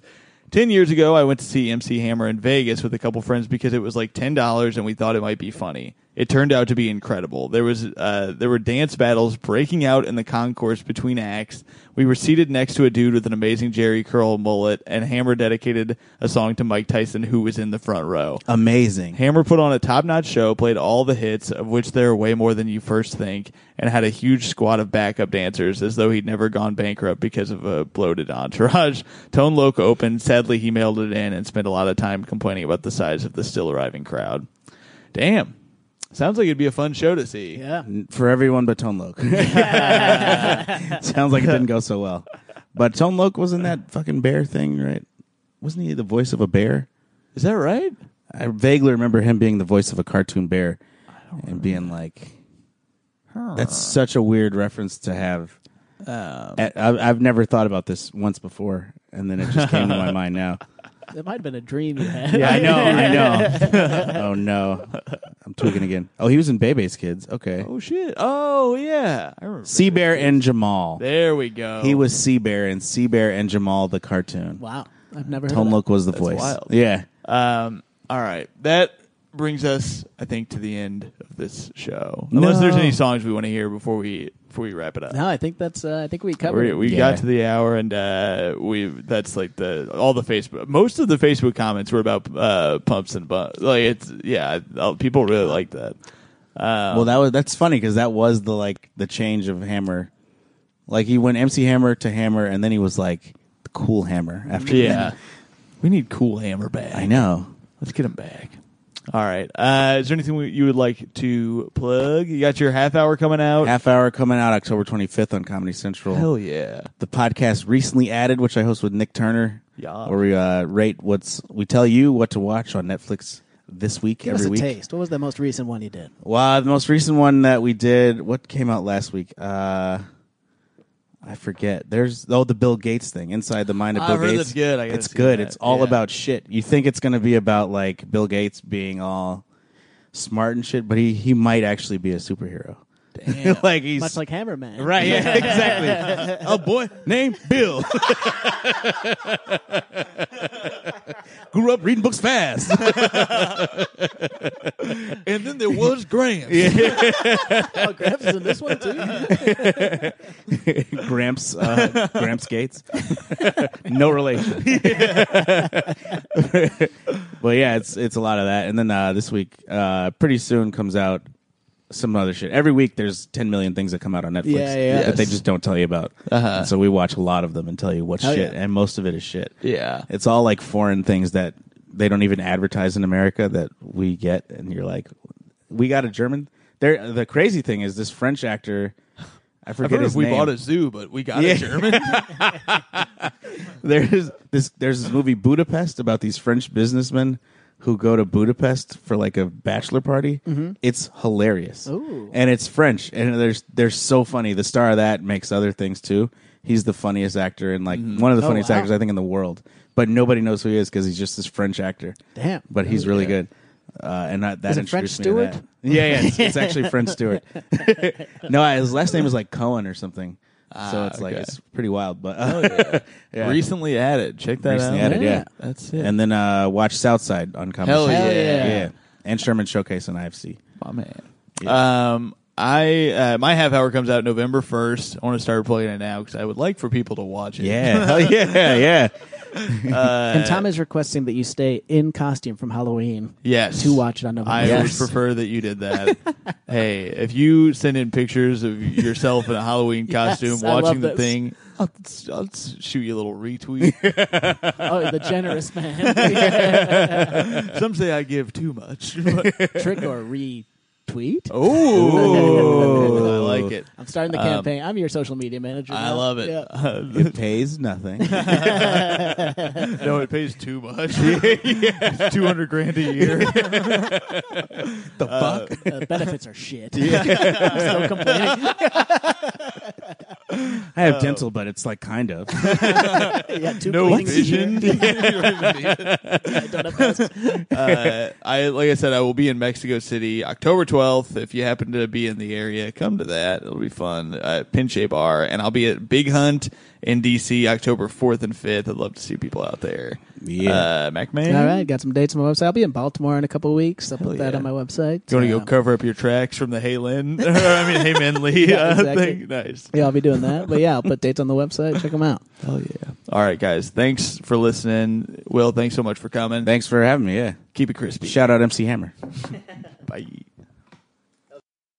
D: Ten years ago, I went to see MC Hammer in Vegas with a couple friends because it was like ten dollars, and we thought it might be funny. It turned out to be incredible. There was uh, there were dance battles breaking out in the concourse between acts. We were seated next to a dude with an amazing Jerry curl mullet, and Hammer dedicated a song to Mike Tyson, who was in the front row.
F: Amazing.
D: Hammer put on a top notch show, played all the hits, of which there are way more than you first think, and had a huge squad of backup dancers as though he'd never gone bankrupt because of a bloated entourage. Tone Loc opened. Sadly, he mailed it in and spent a lot of time complaining about the size of the still arriving crowd. Damn. Sounds like it'd be a fun show to see.
E: Yeah.
F: For everyone but Tone Loc. Sounds like it didn't go so well. But Tone Loc wasn't that fucking bear thing, right? Wasn't he the voice of a bear?
D: Is that right?
F: I vaguely remember him being the voice of a cartoon bear and being like, "That's such a weird reference to have." I, I've- I've never thought about this once before, and then it just came to my mind now.
E: It might have been a dream you had.
F: Yeah, I know, I know. oh no, I'm tweaking again. Oh, he was in Bebe's Kids. Okay,
D: Oh, shit. Oh, yeah. I remember.
F: Sea Bear and Jamal.
D: There we go.
F: He was Sea Bear and Sea Bear and Jamal the cartoon.
E: Wow. I've never heard
F: Tone
E: of that.
F: Loc was the voice.
D: wild.
F: Yeah,
D: Um, all right. That brings us, I think, to the end of this show. Unless there's any songs we want to hear before we before we wrap it up.
E: No, I think that's. Uh, I think we covered.
D: We,
E: it.
D: we
F: Yeah.
D: got to the hour, and uh, we that's like the all the Facebook. Most of the Facebook comments were about uh, pumps and bumps. Like it's yeah, I- uh, people really like that. Oh.
F: Well, that was that's funny because that was the like the change of Hammer. Like he went MC Hammer to Hammer, and then he was like the cool Hammer after.
D: Yeah, we need cool hammer back.
F: I know.
D: Let's get him back. All right. Uh, is there anything we, you would like to plug? You got your half hour coming out.
F: Half hour coming out October 25th on Comedy Central.
D: Hell yeah.
F: The podcast recently added, which I host with Nick Turner.
D: Yeah.
F: Where we uh, rate what's we tell you what to watch on Netflix this week
E: Give
F: every
E: us a
F: week.
E: taste. What was the most recent one you did?
F: Well, the most recent one that we did, what came out last week? Uh I forget. There's oh the Bill Gates thing, Inside the Mind of
D: I've
F: Bill
D: heard
F: Gates.
D: that's good. I gotta
F: it's
D: see
F: good.
D: that.
F: It's all
D: Yeah.
F: about shit. You think it's going to be about like Bill Gates being all smart and shit, but he he might actually be a superhero. like he's
E: Much like Hammerman.
F: Right, yeah, exactly. A boy named Bill. Grew up reading books fast.
D: And then there was Graham.
E: Oh, Gramps is in this one too.
F: Gramps, uh, Gramps Gates. no relation. but yeah, it's it's a lot of that. And then uh, this week, uh, pretty soon comes out some other shit. Every week, there's 10 million things that come out on Netflix
E: Yeah, yeah.
F: that they just don't tell you about.
D: Uh-huh.
F: And so we watch a lot of them and tell you what's
E: Hell
F: shit,
E: yeah.
F: and most of it is shit.
D: Yeah.
F: It's all like foreign things that they don't even advertise in America that we get, and you're like, we got a German. There, the crazy thing is this French actor. I
D: I've
F: forget
D: heard
F: his
D: if we
F: name.
D: bought a zoo, but we got
F: Yeah.
D: a German.
F: there's this there's this movie Budapest about these French businessmen who go to Budapest for like a bachelor party. It's hilarious,
E: Mm-hmm. Ooh.
F: and it's French, and there's they're so funny. The star of that makes other things too. He's the funniest actor and like one of the
E: Oh,
F: funniest
E: wow.
F: actors I think in the world, but nobody knows who he is because he's just this French actor.
E: Damn.
F: but he's really good. Uh, and that, that
E: Is it French
F: introduced me to that.
E: Stewart?
F: Yeah, yeah, it's, it's actually French Stewart. no, his last name is like Cohen or something. so it's like
D: Ah, okay. Oh,
F: it's pretty wild, but Yeah.
D: Recently added. Check that
F: Recently
D: out.
F: added, yeah.
D: That's it.
F: and then uh, watch Southside on Comedy.
D: Hell
F: Central.
D: yeah.
F: yeah, and Sherman Showcase on IFC.
D: my man. Um, I uh, my half hour comes out November first. I want to start playing it now because I would like for people to watch it.
F: Yeah, hell yeah, yeah.
E: and Tom is requesting that you stay in costume from Halloween.
D: Yes.
E: To watch it on November.
D: I
F: Yes.
D: would prefer that you did that. hey, if you send in pictures of yourself in a Halloween
E: Yes,
D: costume
E: I
D: watching
E: love
D: the
E: this.
D: thing, I'll, I'll shoot you a little retweet.
E: Oh, the generous man.
D: Some say I give too much. but-
E: Trick or retweet.
D: oh, I like it.
E: I'm starting the campaign. I'm your social media manager.
D: I
E: now.
D: love it.
E: Yeah.
F: It pays nothing.
D: No, it pays too much. two hundred grand a year.
E: Uh, benefits are shit. I'm still complaining.
F: I have dental, but it's like kind of.
E: yeah, two
D: No
E: cleanings a
D: vision.
E: year. I don't have those.
D: uh, I like I said, I will be in Mexico City October twelfth. If you happen to be in the area, come to that. It'll be fun. Uh, Pinche Bar, and I'll be at Big Hunt in DC October fourth and fifth. I'd love to see people out there.
F: Yeah.
D: uh, MacMahon.
E: All right, got some dates on my website. I'll be in Baltimore in a couple of weeks. I'll put
D: Hell
E: that
D: yeah.
E: on my website.
D: You want to
E: Uh,
D: go cover up your tracks from the Hey Lynn? or, I mean, Hey Men Lee
E: Yeah,
D: uh,
E: exactly.
D: thing? Nice.
E: Yeah, I'll be doing that. But yeah, I'll put dates on the website. Check them out.
D: Hell yeah. All right, guys. Thanks for listening. Will, thanks so much for coming.
F: Thanks for having me. Yeah.
D: Keep it crispy.
F: Shout out MC Hammer.
D: Bye.